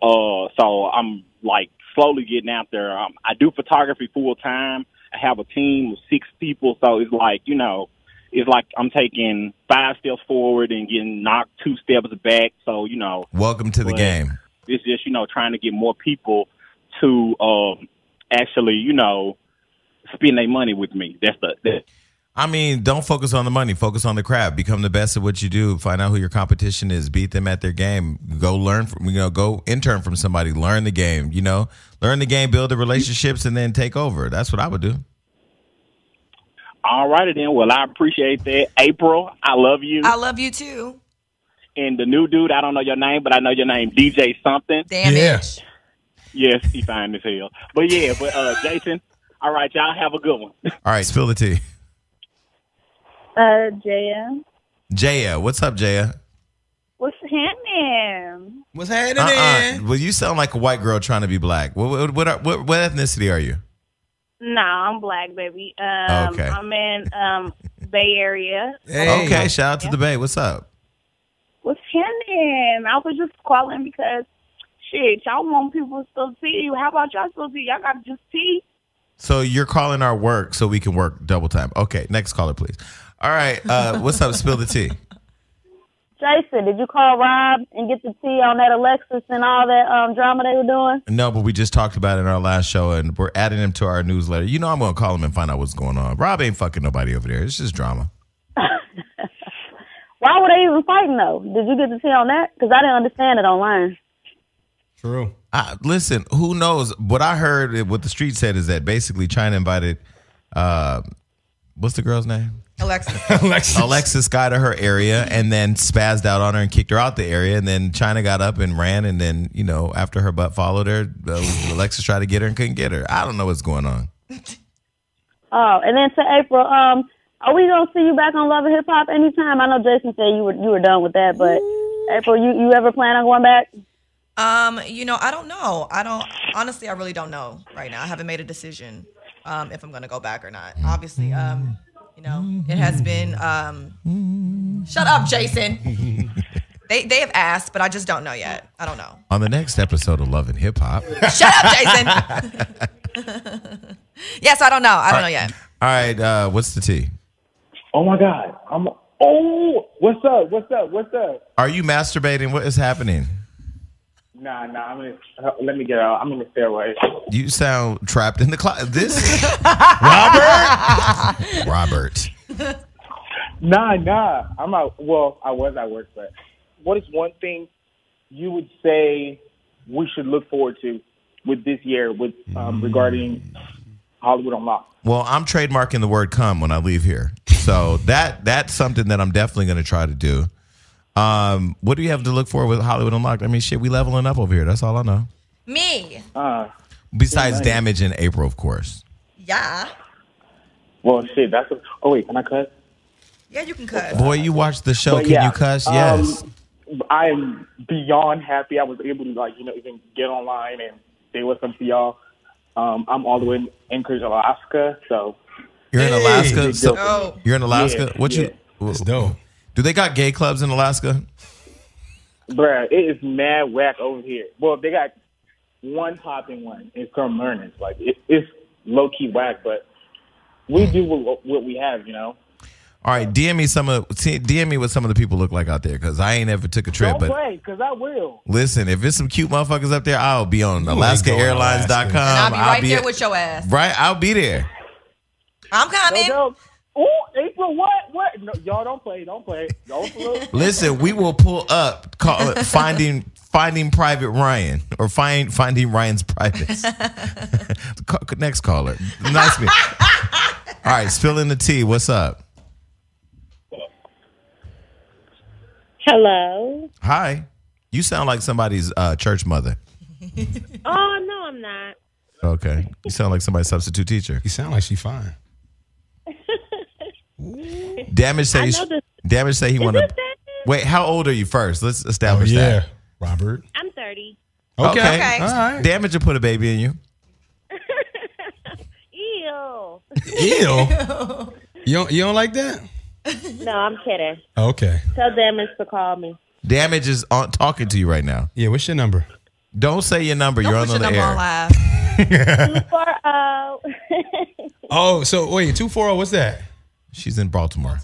Speaker 9: Uh, so I'm like slowly getting out there. Um, I do photography full time. I have a team of six people. So it's like, you know, it's like I'm taking five steps forward and getting knocked two steps back. So, you know,
Speaker 2: Welcome to the
Speaker 9: Well,
Speaker 2: game.
Speaker 9: it's just you know trying to get more people to um, actually you know spend their money with me. That's the that,
Speaker 2: I mean, don't focus on the money. Focus on the craft. Become the best at what you do. Find out who your competition is. Beat them at their game. Go learn from you know. Go intern from somebody. Learn the game. You know, learn the game. Build the relationships, and then take over. That's what I would do.
Speaker 9: all righty then. Well, I appreciate that, April. I love you.
Speaker 3: I love you too.
Speaker 9: and the new dude, I don't know your name, but I know your name, DJ something.
Speaker 3: Damn
Speaker 4: Yeah.
Speaker 3: it.
Speaker 9: Yes, he fine as hell. But yeah, but uh, Jason. All right, y'all have a good one.
Speaker 2: All right, spill the tea.
Speaker 5: Uh, JM.
Speaker 2: Jaya, what's up, Jaya?
Speaker 5: What's happening?
Speaker 4: What's happening?
Speaker 2: Uh-uh. Well, you sound like a white girl trying to be black. What what what, are, what, what ethnicity are you?
Speaker 5: No, I'm black, baby. Um,
Speaker 2: Okay.
Speaker 5: I'm in um, Bay Area.
Speaker 4: Hey.
Speaker 2: Okay, shout out to the Bay. What's up?
Speaker 5: What's happening? I was just calling because, shit, y'all want people to still see you. How about y'all still see? Y'all got just see.
Speaker 2: So you're calling our work so we can work double time. Okay, next caller, please. All right, uh, what's up? Spill the tea.
Speaker 7: Jason, did you call Rob and get the tea on that Alexis and all that um, drama they were doing?
Speaker 2: No, but we just talked about it in our last show, and we're adding him to our newsletter. You know, I'm gonna call him and find out what's going on. Rob ain't fucking nobody over there. It's just drama.
Speaker 7: Why were they even fighting though? Did you get the tea on that? Because I didn't understand it online.
Speaker 4: True.
Speaker 2: I, listen, who knows? What I heard, what the street said is that basically China invited, uh, what's the girl's name?
Speaker 3: Alexis.
Speaker 4: Alexis.
Speaker 2: Alexis got to her area and then spazzed out on her and kicked her out the area. And then China got up and ran. And then, you know, after her butt followed her, uh, Alexis tried to get her and couldn't get her. I don't know what's going on.
Speaker 7: Oh, and then to April, um, are we gonna see you back on Love and Hip Hop anytime? I know Jason said you were you were done with that, but April, you you ever plan on going back?
Speaker 3: Um, you know, I don't know. I don't honestly. I really don't know right now. I haven't made a decision um, if I'm going to go back or not. Obviously, um, you know, it has been. Um, shut up, Jason. they they have asked, but I just don't know yet. I don't know.
Speaker 2: On the next episode of Love and Hip Hop.
Speaker 3: Shut up, Jason. yes, I don't know. I don't know yet.
Speaker 2: All right, uh, what's the tea?
Speaker 10: Oh my God. I'm oh what's up? What's up? What's up?
Speaker 2: Are you masturbating? What is happening?
Speaker 10: Nah, nah, I'm in let me get out. I'm in the stairway.
Speaker 2: You sound trapped in the closet. This Robert. Robert.
Speaker 10: Nah, nah. I'm out well, I was at work, but what is one thing you would say we should look forward to with this year with um, regarding Hollywood Unlocked?
Speaker 2: Well, I'm trademarking the word "come" when I leave here, so that that's something that I'm definitely going to try to do. Um, what do you have to look for with Hollywood Unlocked? I mean, shit, we leveling up over here. That's all I know.
Speaker 3: Me.
Speaker 10: Uh
Speaker 2: Besides damage in April, of course.
Speaker 3: Yeah.
Speaker 10: well shit, that's a, oh wait, can I cut?
Speaker 3: Yeah, you can cut.
Speaker 2: Boy, you watched the show.
Speaker 10: But
Speaker 2: Can
Speaker 10: yeah,
Speaker 2: you cuss?
Speaker 10: um,
Speaker 2: Yes.
Speaker 10: I am beyond happy. I was able to like you know even get online and say what's up to y'all. Um, I'm all the way in Anchorage, Alaska. So
Speaker 2: You're in
Speaker 4: Hey.
Speaker 2: Alaska. So
Speaker 3: Oh,
Speaker 2: you're in Alaska.
Speaker 10: Yeah,
Speaker 2: what
Speaker 10: yeah.
Speaker 2: you?
Speaker 4: It's dope.
Speaker 2: Do they got gay clubs in Alaska?
Speaker 10: Bruh, it is mad whack over here. Well, they got one popping one. It's from Learning. Like it, it's low key whack, but we
Speaker 2: Hmm.
Speaker 10: do what, what we have, you know.
Speaker 2: All right, DM me some of DM me what some of the people look like out there because I ain't ever took a trip.
Speaker 10: Don't
Speaker 2: but
Speaker 10: play, cause I will.
Speaker 2: listen, if it's some cute motherfuckers up there, I'll be on AlaskaAirlines.com.
Speaker 4: Alaska.
Speaker 3: and I'll be right there with your ass.
Speaker 2: right. I'll be there.
Speaker 3: I'm
Speaker 10: No
Speaker 3: coming.
Speaker 10: joke. Ooh, April, what? What? No, y'all don't play. Don't play. Don't play.
Speaker 2: Listen, we will pull up. Call it finding finding Private Ryan or find finding Ryan's privates. Ca- Next caller, nice me. All right, spilling the tea. What's up?
Speaker 6: Hello.
Speaker 2: Hi, you sound like somebody's uh, church mother.
Speaker 6: Oh no, I'm not.
Speaker 2: Okay, you sound like somebody's substitute teacher.
Speaker 4: You sound like she fine.
Speaker 2: Damage
Speaker 6: I
Speaker 2: say
Speaker 6: know this-
Speaker 2: damage say he
Speaker 6: Is
Speaker 2: want
Speaker 6: this
Speaker 2: to.
Speaker 6: that?
Speaker 2: Wait, how old are you first? Let's
Speaker 4: Oh
Speaker 2: establish
Speaker 4: yeah, Robert.
Speaker 6: I'm 30.
Speaker 2: Okay. Okay.
Speaker 4: All
Speaker 2: that.
Speaker 4: right.
Speaker 2: Damage will put a baby in you.
Speaker 6: Ew.
Speaker 4: Ew. you don't, you don't like that?
Speaker 6: No, I'm kidding.
Speaker 4: Okay.
Speaker 6: Tell Damage to call me.
Speaker 2: Damage is on, talking to you right now.
Speaker 4: Yeah. What's your number?
Speaker 2: Don't say your number.
Speaker 3: Don't
Speaker 2: You're on
Speaker 3: put your
Speaker 2: the
Speaker 3: number on
Speaker 2: air.
Speaker 3: live.
Speaker 6: Two four zero.
Speaker 4: Oh, so wait, two four zero. What's that?
Speaker 2: She's in Baltimore.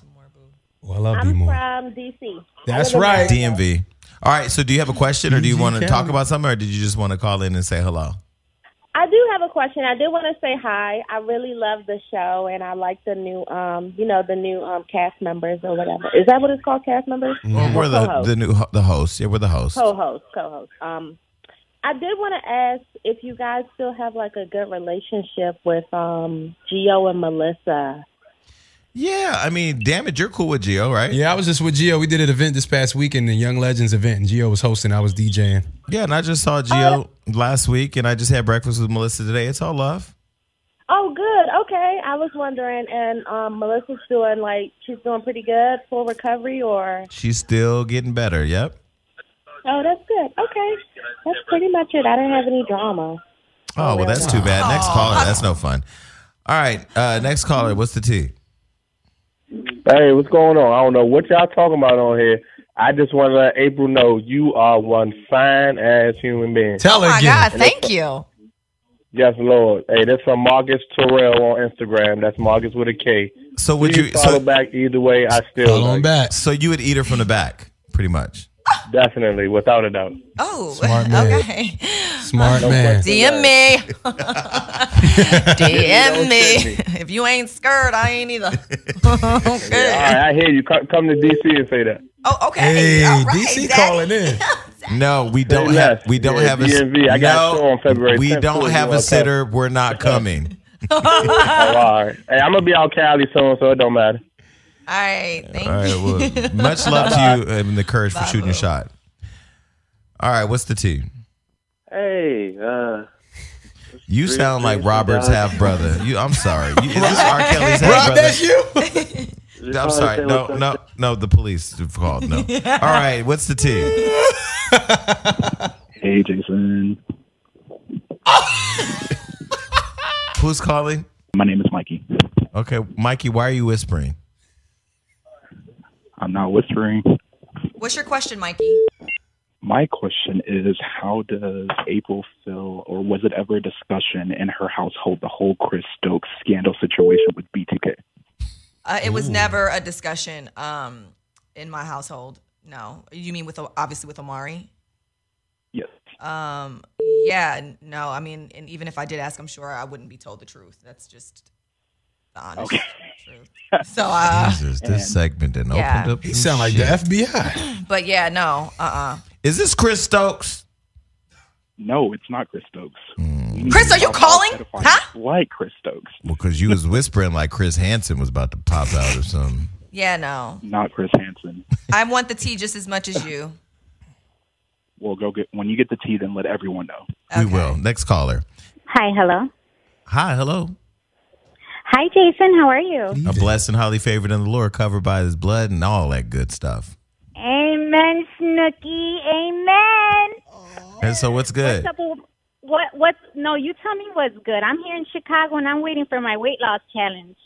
Speaker 4: Well, I love you
Speaker 6: I'm
Speaker 4: more.
Speaker 6: from DC.
Speaker 4: That's
Speaker 6: I live in
Speaker 4: right.
Speaker 6: Maryland.
Speaker 2: DMV. All right. So, do you have a question, or do you
Speaker 4: DG
Speaker 2: want to talk
Speaker 4: County.
Speaker 2: about something, or did you just want to call in and say hello?
Speaker 6: I do have a question. I did want to say hi. I really love the show, and I like the new, um, you know, the new um, cast members or whatever. Is that what it's called, cast members?
Speaker 10: Mm-hmm.
Speaker 2: Well,
Speaker 4: Mm-hmm.
Speaker 2: we're the,
Speaker 6: Co-host.
Speaker 2: the new ho- the host. Yeah, we're the host.
Speaker 10: Oh.
Speaker 6: Co-host, co-host. Um, I did want to ask if you guys still have like a good relationship with um Gio and Melissa.
Speaker 2: Yeah. I mean, damn it, you're cool with Gio, right?
Speaker 4: Yeah, I was just with Gio. We did an event this past weekend, the Young Legends event, and Gio was hosting. I was DJing.
Speaker 2: Yeah. And I just saw Gio last week, and I just had breakfast with Melissa today. It's all love.
Speaker 6: Oh, good. Okay, I was wondering, and um, Melissa's doing like she's doing pretty good, full recovery, or
Speaker 2: She's still getting better. Yep.
Speaker 6: oh, that's good. Okay, that's pretty much it. I didn't have any drama.
Speaker 2: Oh well, that's too bad. Next
Speaker 3: Aw.
Speaker 2: caller. That's no fun. All right. Uh, next caller. What's the tea?
Speaker 10: Hey, what's going on? I don't know what y'all talking about on here. I just want to let April know you are one fine ass human being.
Speaker 4: Tell
Speaker 3: Oh
Speaker 4: her
Speaker 3: my
Speaker 4: again.
Speaker 3: God, thank you.
Speaker 10: Yes, Lord. Hey, that's from Marcus Terrell on Instagram. That's Marcus with a K.
Speaker 2: So would
Speaker 10: you
Speaker 2: you?
Speaker 10: follow
Speaker 2: So,
Speaker 10: back either way? I still
Speaker 4: Follow him
Speaker 10: like,
Speaker 4: back.
Speaker 2: so you would eat her from the back, pretty much.
Speaker 10: definitely, without a doubt.
Speaker 3: Oh,
Speaker 4: Smart man.
Speaker 3: okay.
Speaker 4: Smart man.
Speaker 3: DM me. DM me. If you ain't scared, I ain't either.
Speaker 10: All
Speaker 3: okay.
Speaker 10: right, I hear you. Come, come to DC and say that.
Speaker 3: Oh, okay.
Speaker 4: Hey,
Speaker 3: All right,
Speaker 4: DC
Speaker 3: Daddy.
Speaker 4: calling in.
Speaker 2: No, we don't
Speaker 10: Say
Speaker 2: have.
Speaker 10: less.
Speaker 2: We don't
Speaker 10: Yeah,
Speaker 2: have a.
Speaker 10: DMV. I got a show on February
Speaker 2: We
Speaker 10: 10th,
Speaker 2: don't
Speaker 10: too,
Speaker 2: have
Speaker 10: you
Speaker 2: a
Speaker 10: know,
Speaker 2: sitter. We're not coming.
Speaker 10: Oh, all right. Hey, I'm gonna be out Cali soon, so it don't matter.
Speaker 3: All right. Thank
Speaker 2: All right.
Speaker 3: you.
Speaker 2: Well, much love to you and the courage for shooting your shot. All right. What's the tea?
Speaker 10: Hey, uh,
Speaker 2: You sound like Robert's half brother. You, I'm sorry. You, is this R.
Speaker 11: Right.
Speaker 2: Kelly's
Speaker 11: Rob,
Speaker 2: half brother?
Speaker 11: that's you?
Speaker 2: I'm sorry. No, no, no. The police have called. No. All right. What's the tea?
Speaker 10: Hey, Jason.
Speaker 2: Who's calling?
Speaker 10: My name is Mikey.
Speaker 2: Okay, Mikey. Why are you whispering?
Speaker 10: I'm not whispering.
Speaker 3: What's your question, Mikey?
Speaker 10: My question is how does April feel, or was it ever a discussion in her household, the whole Chris Stokes scandal situation with BTK?
Speaker 3: Uh, it was
Speaker 10: Ooh.
Speaker 3: never a discussion um, in my household. No, you mean with obviously with Amari?
Speaker 10: Yes.
Speaker 3: Um, yeah, n- no. I mean, and even if I did ask, I'm sure I wouldn't be told the truth. That's just the honest
Speaker 10: Okay.
Speaker 3: truth. So, uh,
Speaker 2: Jesus, this segment didn't
Speaker 3: yeah.
Speaker 2: open up.
Speaker 4: He sound
Speaker 2: some
Speaker 4: like the
Speaker 2: shit.
Speaker 4: FBI.
Speaker 3: but yeah, no. Uh.
Speaker 2: Is this Chris Stokes? Hmm.
Speaker 10: No, it's not Chris Stokes.
Speaker 3: Chris, are you calling? Huh?
Speaker 10: Like Chris Stokes.
Speaker 2: Well, because you was whispering like Chris Hansen was about to pop out or something.
Speaker 3: Yeah, no.
Speaker 10: Not Chris Hansen.
Speaker 3: I want the tea just as much as you.
Speaker 10: Well, go get, when you get the tea, then let everyone know.
Speaker 2: We will. Next caller.
Speaker 7: Hi, hello.
Speaker 2: Hi, hello.
Speaker 7: Hi, Jason. How are you?
Speaker 2: A blessed and highly favored in the Lord, covered by His blood and all that good stuff.
Speaker 7: Amen, Snooky. Amen.
Speaker 2: And so, what's good?
Speaker 7: What's up? with- What? What? No, you tell me what's good. I'm here in Chicago and I'm waiting for my weight loss challenge.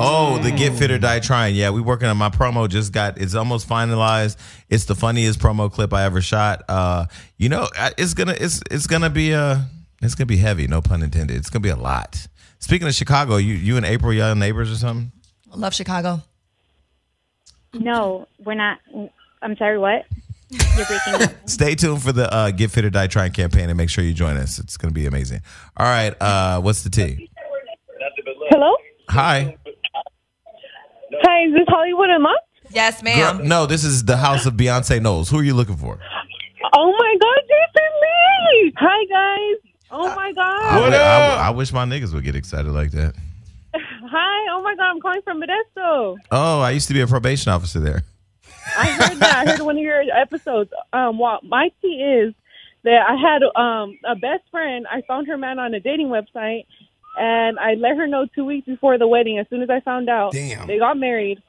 Speaker 2: Oh, the Get Fit or Die Trying. Yeah, we working on my promo. Just got it's almost finalized. It's the funniest promo clip I ever shot. Uh, you know, I- it's gonna it's it's gonna be uh it's gonna be heavy. No pun intended. It's gonna be a lot. Speaking of Chicago, you you and April, y'all neighbors or something?
Speaker 3: I love Chicago.
Speaker 7: No, we're not. I'm sorry. What? You're breaking up.
Speaker 2: Stay tuned for the uh, Get Fit or Die Trying campaign and make sure you join us. It's gonna be amazing. All right, uh, what's the tea?
Speaker 12: Hello?
Speaker 2: Hi,
Speaker 12: Hi, is this Hollywood Emma?
Speaker 3: Yes,
Speaker 2: girl. No, this is the house of Beyonce Knowles. Who are you looking for?
Speaker 12: Oh my God, Jason Lee! Hi, guys. Oh my
Speaker 2: I,
Speaker 12: God.
Speaker 2: wi- I, wi- I wish my niggas would get excited like that.
Speaker 12: Hi. Oh my God, I'm calling from Modesto.
Speaker 2: Oh, I used to be a probation officer there.
Speaker 12: I heard that. I heard one of your episodes. Um, well, my tea is that I had um a best friend. I found her man on a dating website, and I let her know two weeks before the wedding. As soon as I found out,
Speaker 13: Damn.
Speaker 12: they got married,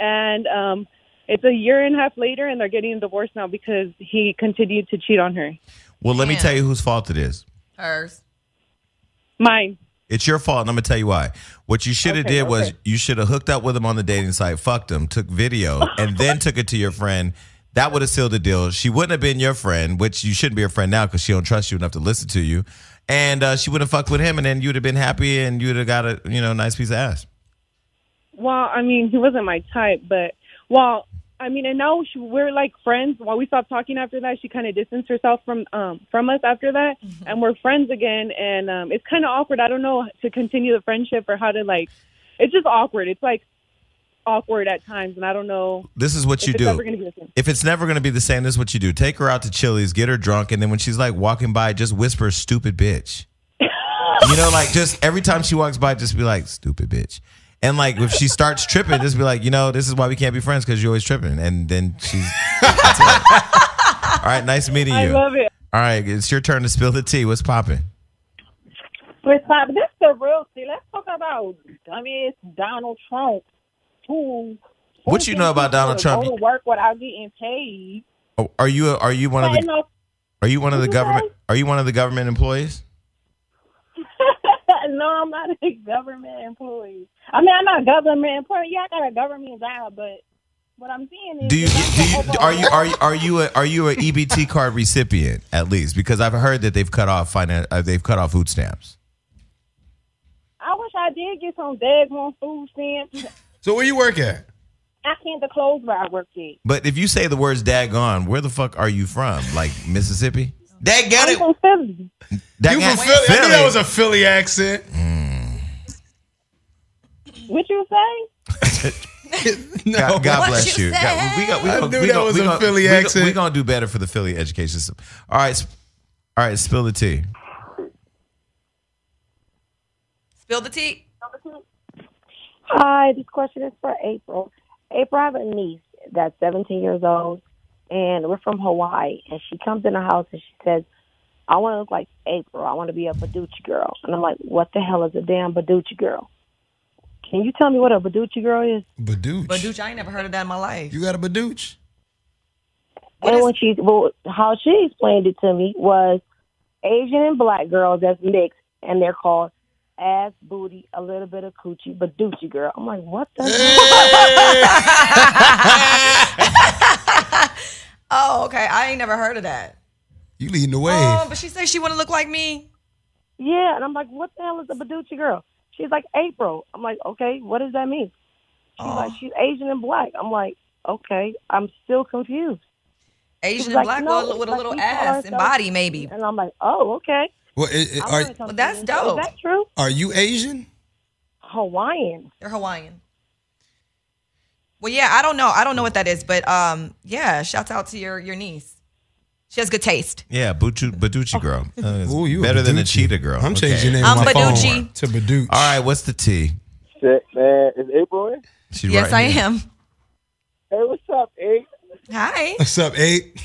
Speaker 12: and um, it's a year and a half later, and they're getting a divorce now because he continued to cheat on her.
Speaker 2: Well, let me tell you whose fault it is.
Speaker 3: Hers.
Speaker 12: Mine.
Speaker 2: It's your fault, and I'm gonna tell you why. What you should have
Speaker 12: Okay,
Speaker 2: did was
Speaker 12: okay.
Speaker 2: you should have hooked up with him on the dating site, fucked him, took video, and then took it to your friend. That would have sealed the deal. She wouldn't have been your friend, which you shouldn't be her friend now because she don't trust you enough to listen to you. And uh, she would have fucked with him, and then you'd have been happy, and you'd have got a you know nice piece of ass.
Speaker 12: Well, I mean, he wasn't my type, but well, I mean, and now she, we're like friends. While we stopped talking after that, she kind of distanced herself from um from us after that, and we're friends again. And um it's kind of awkward. I don't know to continue the friendship or how to like. It's just awkward. It's like awkward at times, and I don't know.
Speaker 2: This is what
Speaker 12: if
Speaker 2: you
Speaker 12: it's
Speaker 2: do.
Speaker 12: ever gonna be the same.
Speaker 2: If it's never gonna be the same, this is what you do: take her out to Chili's, get her drunk, and then when she's like walking by, just whisper "stupid bitch." You know, like just every time she walks by, just be like, stupid bitch. And like if she starts tripping, just be like, you know, this is why we can't be friends because you're always tripping. And then she's. that's it. All right, nice meeting you.
Speaker 12: I love it.
Speaker 2: All right, it's your turn to spill the tea. What's popping?
Speaker 6: Let's talk. That's the real thing. Let's talk about dumbass Donald Trump, who. who
Speaker 2: What you know
Speaker 6: thinks
Speaker 2: about
Speaker 6: he
Speaker 2: Donald
Speaker 6: should
Speaker 2: Trump?
Speaker 6: Go to work without getting paid.
Speaker 2: Oh, Are you are you one of
Speaker 6: But
Speaker 2: the
Speaker 6: no,
Speaker 2: are you one of the
Speaker 6: What'd you
Speaker 2: government are you one of the government employees?
Speaker 6: no, I'm not a government employee. I mean, I'm not a government employee. Yeah, I got a government job, but what I'm saying is,
Speaker 2: Do you do you are you are you are you a, are you a EBT card recipient at least? Because I've heard that they've cut off finan- uh, they've cut off food stamps.
Speaker 6: I wish I did get some dags on food stamps.
Speaker 2: So where you work at?
Speaker 6: I can't the clothes where I work at.
Speaker 2: But if you say the words daggone, where the fuck are you from? Like Mississippi? That got it.
Speaker 4: You from Philly? I knew that was a Philly accent.
Speaker 6: What you say?
Speaker 4: No.
Speaker 2: God, Uh, God
Speaker 4: What
Speaker 2: bless
Speaker 4: you
Speaker 2: you. God, we got, we
Speaker 4: I
Speaker 2: got,
Speaker 4: knew
Speaker 2: we
Speaker 4: that
Speaker 2: got,
Speaker 4: was
Speaker 2: we
Speaker 4: a
Speaker 2: got-
Speaker 4: Philly
Speaker 2: we got-
Speaker 4: accent.
Speaker 2: we gonna do better for the Philly education system. All right, sp- all right, spill the tea.
Speaker 3: Spill the tea.
Speaker 14: Hi, this question is for April. April, I have a niece that's 17 years old, and we're from Hawaii. And she comes in the house and she says,
Speaker 6: I want to look like April. I want to be a Baducci girl. And I'm like, what the hell is a damn Baducci girl? Can you tell me what a Baducci girl is?
Speaker 4: Badooch.
Speaker 3: Badooch, I ain't never heard of that in my life.
Speaker 4: You got a Badooch?
Speaker 6: and when she, well, how she explained it to me was Asian and black girls that's mixed, and they're called ass, booty, a little bit of coochie, Baducci girl. I'm like, what the?
Speaker 3: Oh, okay. I ain't never heard of that.
Speaker 4: You leading the way.
Speaker 3: Oh, but she said she want to look like me.
Speaker 6: Yeah, and I'm like, what the hell is a Baducci girl? She's like April. I'm like, okay, what does that mean? She's
Speaker 3: Ah.
Speaker 6: like, she's Asian and black. I'm like, okay, I'm still confused.
Speaker 3: Asian
Speaker 6: She's
Speaker 3: and
Speaker 6: like,
Speaker 3: black
Speaker 6: no,
Speaker 3: with, a- with a
Speaker 6: like
Speaker 3: little
Speaker 6: we call
Speaker 3: ass and
Speaker 6: ourselves-
Speaker 3: body, maybe.
Speaker 6: And I'm like, oh, okay.
Speaker 4: Well, it, it-
Speaker 6: I wanna
Speaker 4: Eh, are,
Speaker 6: come
Speaker 3: Well, that's
Speaker 6: to you.
Speaker 3: dope.
Speaker 6: Is that true?
Speaker 4: are you Asian?
Speaker 6: Hawaiian.
Speaker 3: They're Hawaiian. Well, yeah, I don't know. I don't know what that is, but um, yeah, shouts out to your your niece. She has good taste.
Speaker 2: Yeah, Buchu, Baducci girl. Uh, it's
Speaker 4: Ooh, you a
Speaker 2: better than a
Speaker 4: Baducci.
Speaker 2: cheetah girl.
Speaker 4: I'm changing the name
Speaker 3: Oh. I'm
Speaker 4: on my phone
Speaker 3: Baducci.
Speaker 4: to Badooch.
Speaker 2: All right, what's the T?
Speaker 10: Shit, man. Is April in?
Speaker 2: She's
Speaker 3: yes,
Speaker 2: right
Speaker 3: I
Speaker 2: here.
Speaker 3: am.
Speaker 10: Hey, what's up, eight?
Speaker 3: Hi.
Speaker 4: What's up, eight?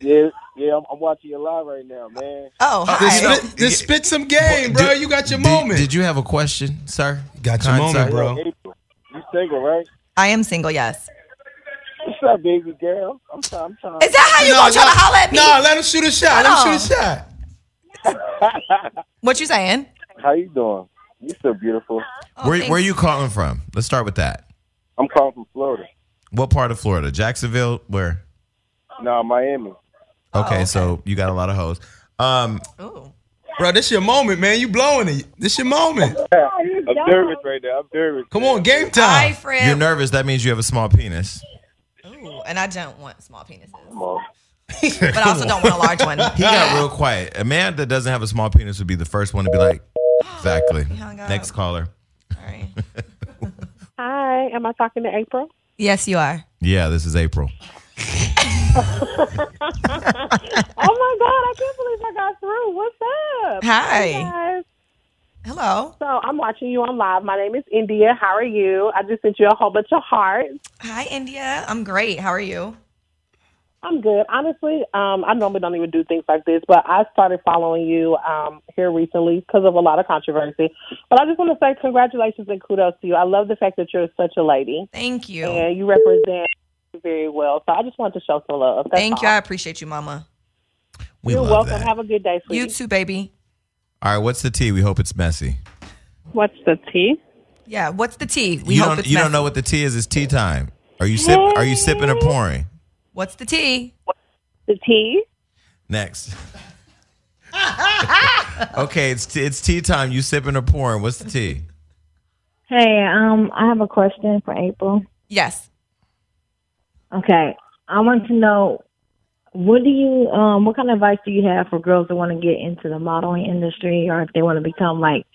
Speaker 10: yeah, yeah. I'm, I'm watching you live right now, man.
Speaker 3: Oh,
Speaker 4: Just
Speaker 3: hi.
Speaker 4: spit, just spit some game, bro. You got your
Speaker 2: Did-
Speaker 4: moment.
Speaker 2: Did you have a question, sir?
Speaker 4: Got your
Speaker 2: Kind
Speaker 4: moment,
Speaker 2: sir?
Speaker 4: bro.
Speaker 10: April, you single, right?
Speaker 3: I am single. Yes.
Speaker 10: What's up, baby girl? I'm trying. I'm trying.
Speaker 3: Is that how you gonna try to holler at me?
Speaker 4: No, let him shoot a shot. Let him
Speaker 3: Hold
Speaker 4: shoot a shot.
Speaker 3: What you saying?
Speaker 10: How you doing? You so beautiful.
Speaker 3: Oh,
Speaker 2: where,
Speaker 3: thanks.
Speaker 2: where are you calling from? Let's start with that.
Speaker 10: I'm calling from Florida.
Speaker 2: What part of Florida? Jacksonville? Where?
Speaker 10: No, Miami.
Speaker 2: Okay, so you got a lot of hoes. Um,
Speaker 3: Oh, Ooh.
Speaker 4: Bro, this your moment, man. You blowing it. This your moment.
Speaker 10: I'm nervous right now. I'm nervous.
Speaker 4: Come on, game
Speaker 3: Hi,
Speaker 4: time.
Speaker 2: you're
Speaker 3: friend.
Speaker 2: nervous. That means you have a small penis.
Speaker 3: Ooh, and I don't want small penises,
Speaker 10: Come on.
Speaker 3: but I also don't want a large one.
Speaker 2: He got real quiet. A man that doesn't have a small penis would be the first one to be like, exactly.
Speaker 3: hung up.
Speaker 2: Next caller.
Speaker 3: Sorry.
Speaker 12: Hi, am I talking to April?
Speaker 3: Yes, you are.
Speaker 2: Yeah, this is April.
Speaker 12: Oh my God, I can't believe I got through. What's up?
Speaker 3: Hi.
Speaker 12: Hey, guys.
Speaker 3: Hello.
Speaker 12: So I'm watching you on live. My name is India. How are you? I just sent you a whole bunch of hearts.
Speaker 3: Hi, India. I'm great. How are you?
Speaker 12: I'm good. Honestly, um, I normally don't even do things like this, but I started following you um, here recently because of a lot of controversy. But I just want to say congratulations and kudos to you. I love the fact that you're such a lady
Speaker 3: Thank you.
Speaker 12: and you represent very well. So I just wanted to show some love. That's
Speaker 3: Thank
Speaker 12: all.
Speaker 3: you. I appreciate you, Mama.
Speaker 2: We
Speaker 12: You're
Speaker 2: love
Speaker 12: welcome.
Speaker 2: that.
Speaker 12: Have a good day,
Speaker 3: You
Speaker 12: sweetie.
Speaker 3: too, baby.
Speaker 2: All right, what's the T? We hope it's messy.
Speaker 12: What's the tea?
Speaker 3: Yeah. What's the tea? We
Speaker 2: you
Speaker 3: hope
Speaker 2: don't,
Speaker 3: it's
Speaker 2: you don't
Speaker 3: messy.
Speaker 2: know what the tea is. It's tea time. Are you sip? Are you sipping or pouring?
Speaker 3: What's the tea?
Speaker 12: The tea?
Speaker 2: Next. okay, it's t- it's tea time. You sipping or pouring? What's the tea?
Speaker 6: Hey, um, I have a question for April.
Speaker 3: Yes.
Speaker 6: Okay, I want to know what do you, um, what kind of advice do you have for girls that want to get into the modeling industry, or if they want to become like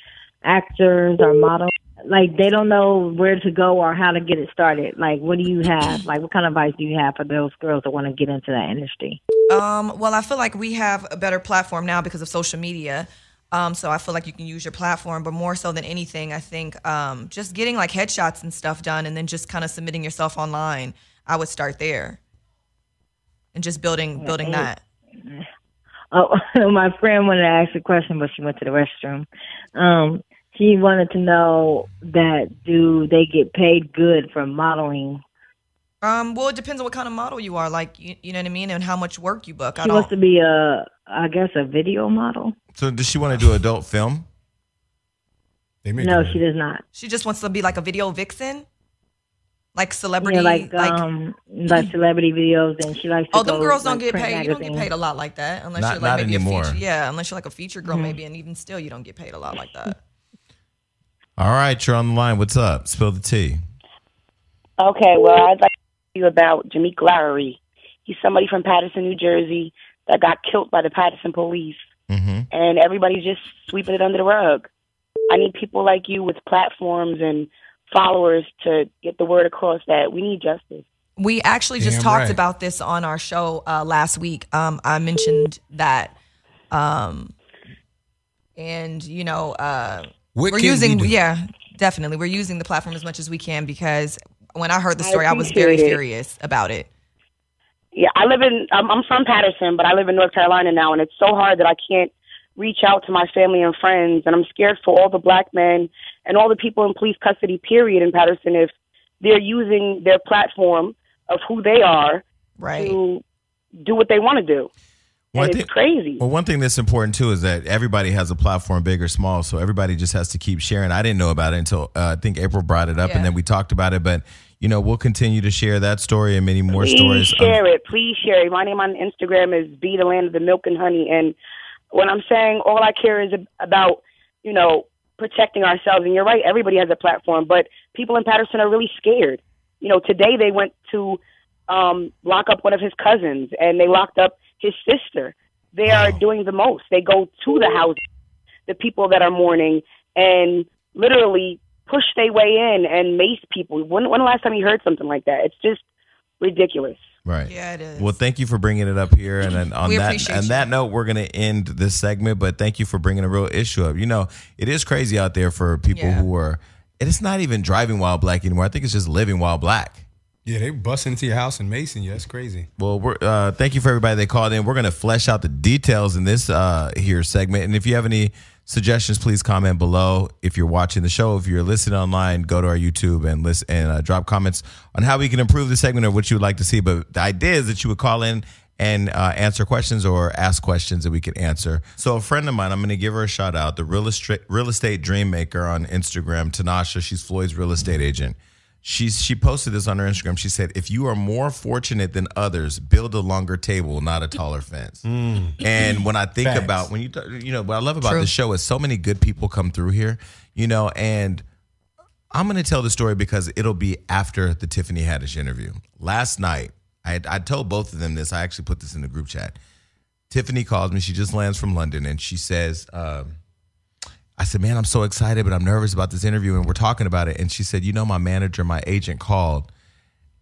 Speaker 6: actors or models? Like they don't know where to go or how to get it started. Like, what do you have? Like, what kind of advice do you have for those girls that want to get into that industry?
Speaker 3: Um, well, I feel like we have a better platform now because of social media. Um, so I feel like you can use your platform, but more so than anything, I think um, just getting like headshots and stuff done, and then just kind of submitting yourself online. I would start there, and just building building that.
Speaker 6: Oh, my friend wanted to ask a question, but she went to the restroom. Um, she wanted to know that do they get paid good for modeling?
Speaker 3: Um, well, it depends on what kind of model you are, like you, you know what I mean, and how much work you book. I
Speaker 6: She wants
Speaker 3: don't.
Speaker 6: to be a, I guess, a video model.
Speaker 2: So does she want to do adult film?
Speaker 4: They make
Speaker 6: No,
Speaker 4: it.
Speaker 6: she does not.
Speaker 3: She just wants to be like a video vixen, like celebrity,
Speaker 6: Yeah, like,
Speaker 3: like
Speaker 6: um, like celebrity videos, and she likes. To
Speaker 3: Oh, them
Speaker 6: go,
Speaker 3: girls don't
Speaker 6: like,
Speaker 3: get
Speaker 6: print
Speaker 3: paid. You don't get
Speaker 6: magazines.
Speaker 3: paid a lot like that unless
Speaker 2: Not-
Speaker 3: you're
Speaker 2: not
Speaker 3: like maybe
Speaker 2: anymore.
Speaker 3: a feature. Yeah, unless you're like a feature girl,
Speaker 6: Mhm.
Speaker 3: maybe, and even still, you don't get paid a lot like that.
Speaker 2: All right, you're on the line. What's up? Spill the tea.
Speaker 15: Okay, well, I'd like to tell you about Jameek Lowry. He's somebody from Patterson, New Jersey, that got killed by the Patterson police,
Speaker 2: Mm-hmm.
Speaker 15: and everybody's just sweeping it under the rug. I need people like you with platforms and followers to get the word across that we need justice.
Speaker 6: Mm-hmm.
Speaker 3: We actually just
Speaker 4: Damn
Speaker 3: talked
Speaker 4: right.
Speaker 3: about this on our show uh, last week. Um, I mentioned that, um, and you know, uh,
Speaker 4: What
Speaker 3: we're
Speaker 4: can
Speaker 3: using
Speaker 4: we do?
Speaker 3: yeah, definitely, we're using the platform as much as we can because when I heard the
Speaker 15: I
Speaker 3: story, I, was very
Speaker 15: appreciate it.
Speaker 3: furious about it.
Speaker 15: Yeah, I live in. I'm, I'm from Patterson, but I live in North Carolina now, and it's so hard that I can't reach out to my family and friends, and I'm scared for all the black men and all the people in police custody. Period in Patterson, if they're using their platform of who they are to do what they want to do.
Speaker 2: Well, I
Speaker 15: and
Speaker 2: think-
Speaker 15: it's crazy.
Speaker 2: Well, one thing that's important too is that everybody has a platform, big or small. So everybody just has to keep sharing. I didn't know about it until uh, I think April brought it up,
Speaker 15: Yeah.
Speaker 2: and then we talked about it. But you know, we'll continue to share that story and many more
Speaker 15: Please
Speaker 2: stories. Um,
Speaker 15: share it. Please share it. My name on Instagram is Be the Land of the Milk and Honey. And when I'm saying all I care is ab- about, you know, protecting ourselves. And you're right, everybody has a platform, but people in Patterson are really scared. You know, today they went to um, lock up one of his cousins and they locked up his sister. They are doing the most. They go to the house, the people that are mourning, and literally push their way in and mace people. When, when the last time you heard something like that? It's just ridiculous.
Speaker 2: Right. Yeah, it is. Well, thank you for bringing it up here, and then on
Speaker 15: We
Speaker 2: that
Speaker 15: appreciate
Speaker 2: and
Speaker 15: you.
Speaker 2: that note, we're going to end this segment. But thank you for bringing a real issue up. You know, it is crazy out there for people who are. and It's not even driving while black anymore. I think it's just living while black.
Speaker 4: Yeah, they bust into your house in Mason. Yeah, that's crazy.
Speaker 2: Well, we're, uh, thank you for everybody that called in. We're going to flesh out the details in this uh, here segment. And if you have any suggestions, please comment below. If you're watching the show, if you're listening online, go to our YouTube and listen and uh, drop comments on how we can improve the segment or what you would like to see. But the idea is that you would call in and uh, answer questions or ask questions that we could answer. So a friend of mine, I'm going to give her a shout out. The real estate real estate dream maker on Instagram, Tanasha. She's Floyd's real estate agent. She's she posted this on her Instagram. She said, "If you are more fortunate than others, build a longer table, not a taller fence."
Speaker 4: Mm.
Speaker 2: And when I think
Speaker 4: Facts.
Speaker 2: about when you th- you know what I love about
Speaker 4: True.
Speaker 2: the show is so many good people come through here, you know, and I'm going to tell the story because it'll be after the Tiffany Haddish interview. Last night, I I told both of them this. I actually put this in the group chat. Tiffany calls me. She just lands from London, and she says. Um, I said, man, I'm so excited, but I'm nervous about this interview. And we're talking about it. And she said, you know, my manager, my agent called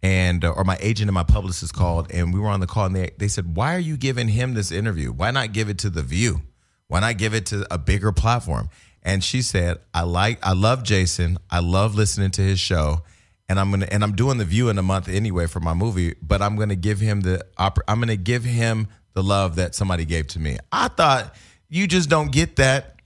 Speaker 2: and, uh, or my agent and my publicist called and we were on the call and they, they said, why are you giving him this interview? Why not give it to the view? Why not give it to a bigger platform? And she said, I like, I love Jason. I love listening to his show. And I'm gonna and I'm doing the view in a month anyway for my movie, but I'm gonna give him the oppor- I'm gonna give him the love that somebody gave to me. I thought you just don't get that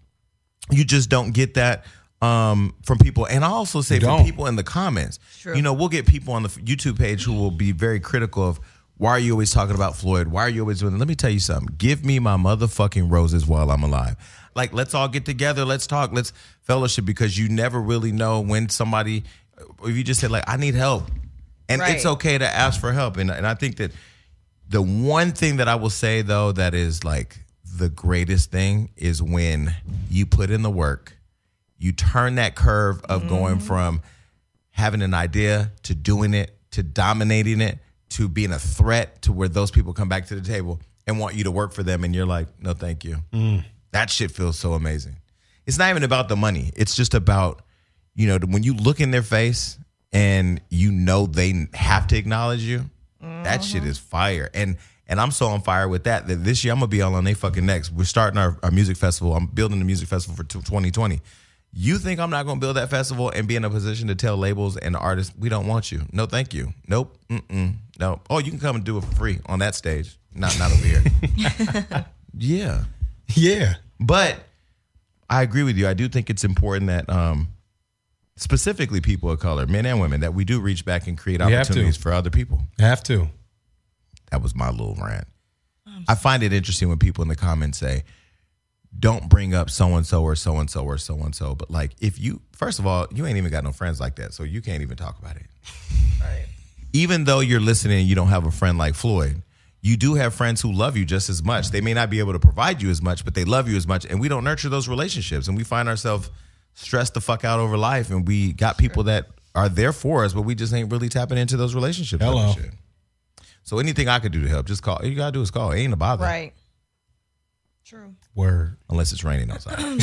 Speaker 2: you just don't get that um, from people. And I also say from people in the comments.
Speaker 16: True.
Speaker 2: You know, we'll get people on the YouTube page who will be very critical of why are you always talking about Floyd? Why are you always doing? that?" Let me tell you something. Give me my motherfucking roses while I'm alive. Like, let's all get together. Let's talk. Let's fellowship because you never really know when somebody, if you just say like, I need help, and it's
Speaker 16: Right.
Speaker 2: okay to ask for help. And and I think that the one thing that I will say though that is like the greatest thing is when you put in the work, you turn that curve of going from having an idea to doing it to dominating it to being a threat to where those people come back to the table and want you to work for them and you're like, "No, thank you." That shit feels so amazing. It's not even about the money. It's just about you know, when you look in their face and you know they have to acknowledge you, that shit is fire. And and I'm so on fire with that that this year I'm gonna be all on they fucking necks. We're starting our, our music festival. I'm building the music festival for t- 2020. You think I'm not gonna build that festival and be in a position to tell labels and artists we don't want you? No, thank you. Nope. Mm-mm. No. Oh, you can come and do it for free on that stage. Not not over here. yeah. Yeah. But I agree with you. I do think it's important that um specifically people of color, men and women, that we do reach back and create
Speaker 4: We have to.
Speaker 2: opportunities for other people.
Speaker 4: Have to.
Speaker 2: That was my little rant. I find it interesting when people in the comments say, don't bring up so and so or so and so or so and so. But like, if you, first of all, you ain't even got no friends like that. So you can't even talk about it. Even though you're listening and you don't have a friend like Floyd, you do have friends who love you just as much. They may not be able to provide you as much, but they love you as much. And we don't nurture those relationships. And we find ourselves stressed the fuck out over life. And we got people that are there for us, but we just ain't really tapping into those relationships. type of
Speaker 4: Hello.
Speaker 2: shit. So anything I could do to help, just call. All you gotta do is call. It ain't a bother.
Speaker 3: Right. True.
Speaker 4: Word.
Speaker 2: Unless it's raining outside.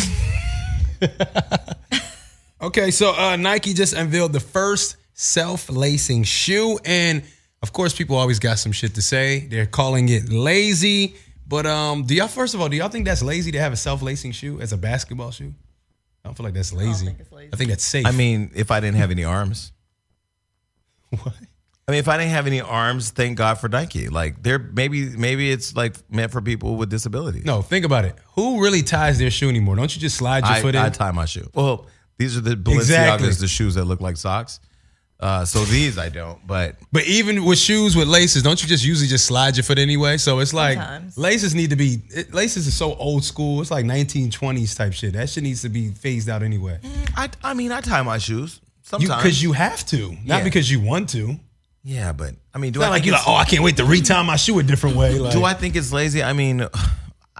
Speaker 4: Okay, so uh, Nike just unveiled the first self-lacing shoe, and of course, people always got some shit to say. They're calling it lazy, but um, do y'all first of all, do y'all think that's lazy to have a self-lacing shoe as a basketball shoe? I don't feel like that's lazy. I, think that's safe.
Speaker 2: I mean, if I didn't have any arms.
Speaker 4: What?
Speaker 2: I mean, if I didn't have any arms, thank God for Nike. Like, there maybe maybe it's like meant for people with disabilities.
Speaker 4: No, think about it. Who really ties their shoe anymore? Don't you just slide your
Speaker 2: I,
Speaker 4: foot in?
Speaker 2: I tie my shoe. Well, these are the Balenciagas,
Speaker 4: Exactly.
Speaker 2: the shoes that look like socks. Uh, so these I don't, but
Speaker 4: But even with shoes with laces, don't you just usually just slide your foot anyway? So it's like
Speaker 2: Sometimes.
Speaker 4: laces need to be it- laces is so old school. It's like 1920s type shit. That shit needs to be phased out anyway.
Speaker 2: Mm, I I mean I tie my shoes sometimes
Speaker 4: Because you, have to, not
Speaker 2: Yeah.
Speaker 4: because you want to.
Speaker 2: Yeah, but I mean,
Speaker 4: It's
Speaker 2: do
Speaker 4: not
Speaker 2: I
Speaker 4: like
Speaker 2: think
Speaker 4: you're like,
Speaker 2: it's-
Speaker 4: oh, I can't wait to retie my shoe a different way. Like,
Speaker 2: Do I think it's lazy? I mean,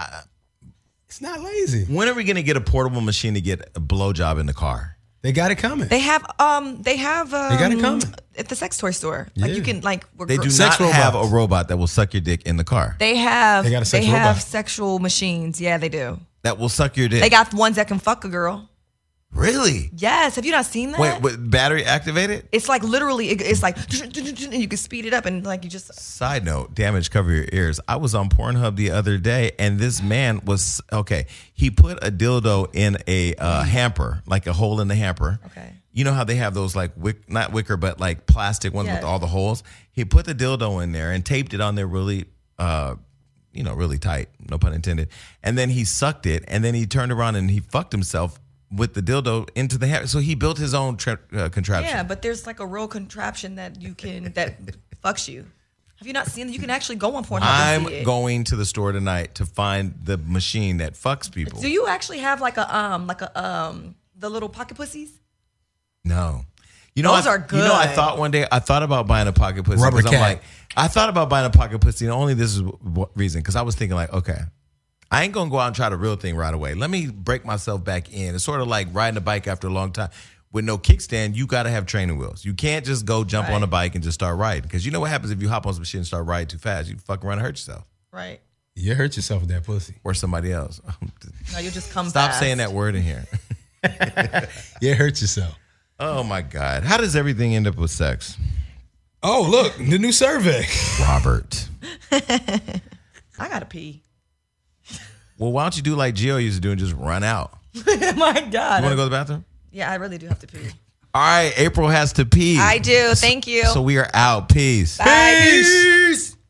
Speaker 4: It's not lazy.
Speaker 2: When are we gonna get a portable machine to get a blowjob in the car?
Speaker 4: They got it coming.
Speaker 3: They have um they have um,
Speaker 2: They got it coming.
Speaker 3: at the sex toy store. Like you
Speaker 2: Yeah.
Speaker 3: can like we're
Speaker 2: They
Speaker 3: gr-
Speaker 2: do not have a robot that will suck your dick in the car.
Speaker 3: They have
Speaker 2: They
Speaker 3: they,
Speaker 2: got a sex
Speaker 3: have
Speaker 2: robot.
Speaker 3: sexual machines. Yeah, they do.
Speaker 2: That will suck your dick.
Speaker 3: They got ones that can fuck a girl.
Speaker 2: really?
Speaker 3: Yes, have you not seen that?
Speaker 2: Wait, wait, battery activated?
Speaker 3: It's like literally, it- it's like, and you can speed it up and like you just.
Speaker 2: Side note, damage cover your ears. I was on Pornhub the other day and this man was okay. He put a dildo in a uh, hamper, like a hole in the hamper. Okay. You know how they have those like wick not wicker but like plastic ones
Speaker 1: Yes.
Speaker 2: with all the holes? He put the dildo in there and taped it on there really uh you know, really tight, no pun intended. And then he sucked it and then he turned around and he fucked himself with the dildo into the hamper. So he built his own tra- uh, contraption.
Speaker 3: Yeah, but there's like a real contraption that you can that fucks you. Have you not seen that? You can actually go on Pornhub. and see
Speaker 2: I'm
Speaker 3: it.
Speaker 2: going to the store tonight to find the machine that fucks people.
Speaker 3: Do you actually have like a um like a um the little pocket pussies?
Speaker 2: No. You know,
Speaker 3: Those
Speaker 2: I,
Speaker 3: are
Speaker 2: You know, I
Speaker 3: good.
Speaker 2: thought one day I thought about buying a pocket pussy.
Speaker 4: Rubber
Speaker 2: 'cause I'm
Speaker 4: cat.
Speaker 2: like, I thought about buying a pocket pussy, and only this is what reason because I was thinking like, okay, I ain't gonna go out and try the real thing right away. Let me break myself back in. It's sort of like riding a bike after a long time with no kickstand. You got to have training wheels. You can't just go jump on a bike and just start riding because you know what happens if you hop on some shit and start riding too fast. You fuck around and hurt yourself
Speaker 3: Right.
Speaker 4: You hurt yourself with that pussy.
Speaker 2: or somebody else.
Speaker 3: No, you just come.
Speaker 2: Stop
Speaker 3: fast.
Speaker 2: saying that word in here.
Speaker 4: You hurt yourself.
Speaker 2: Oh my God. How does everything end up with sex?
Speaker 4: Oh, look, the new survey.
Speaker 2: Robert.
Speaker 3: I gotta pee.
Speaker 2: Well, why don't you do like Gio used to do and just run out?
Speaker 3: My God.
Speaker 2: You want to go to the bathroom?
Speaker 3: Yeah, I really do have to pee.
Speaker 2: All right, April has to pee.
Speaker 3: I do. Thank you.
Speaker 2: So we are out. Peace.
Speaker 3: Bye.
Speaker 4: Peace.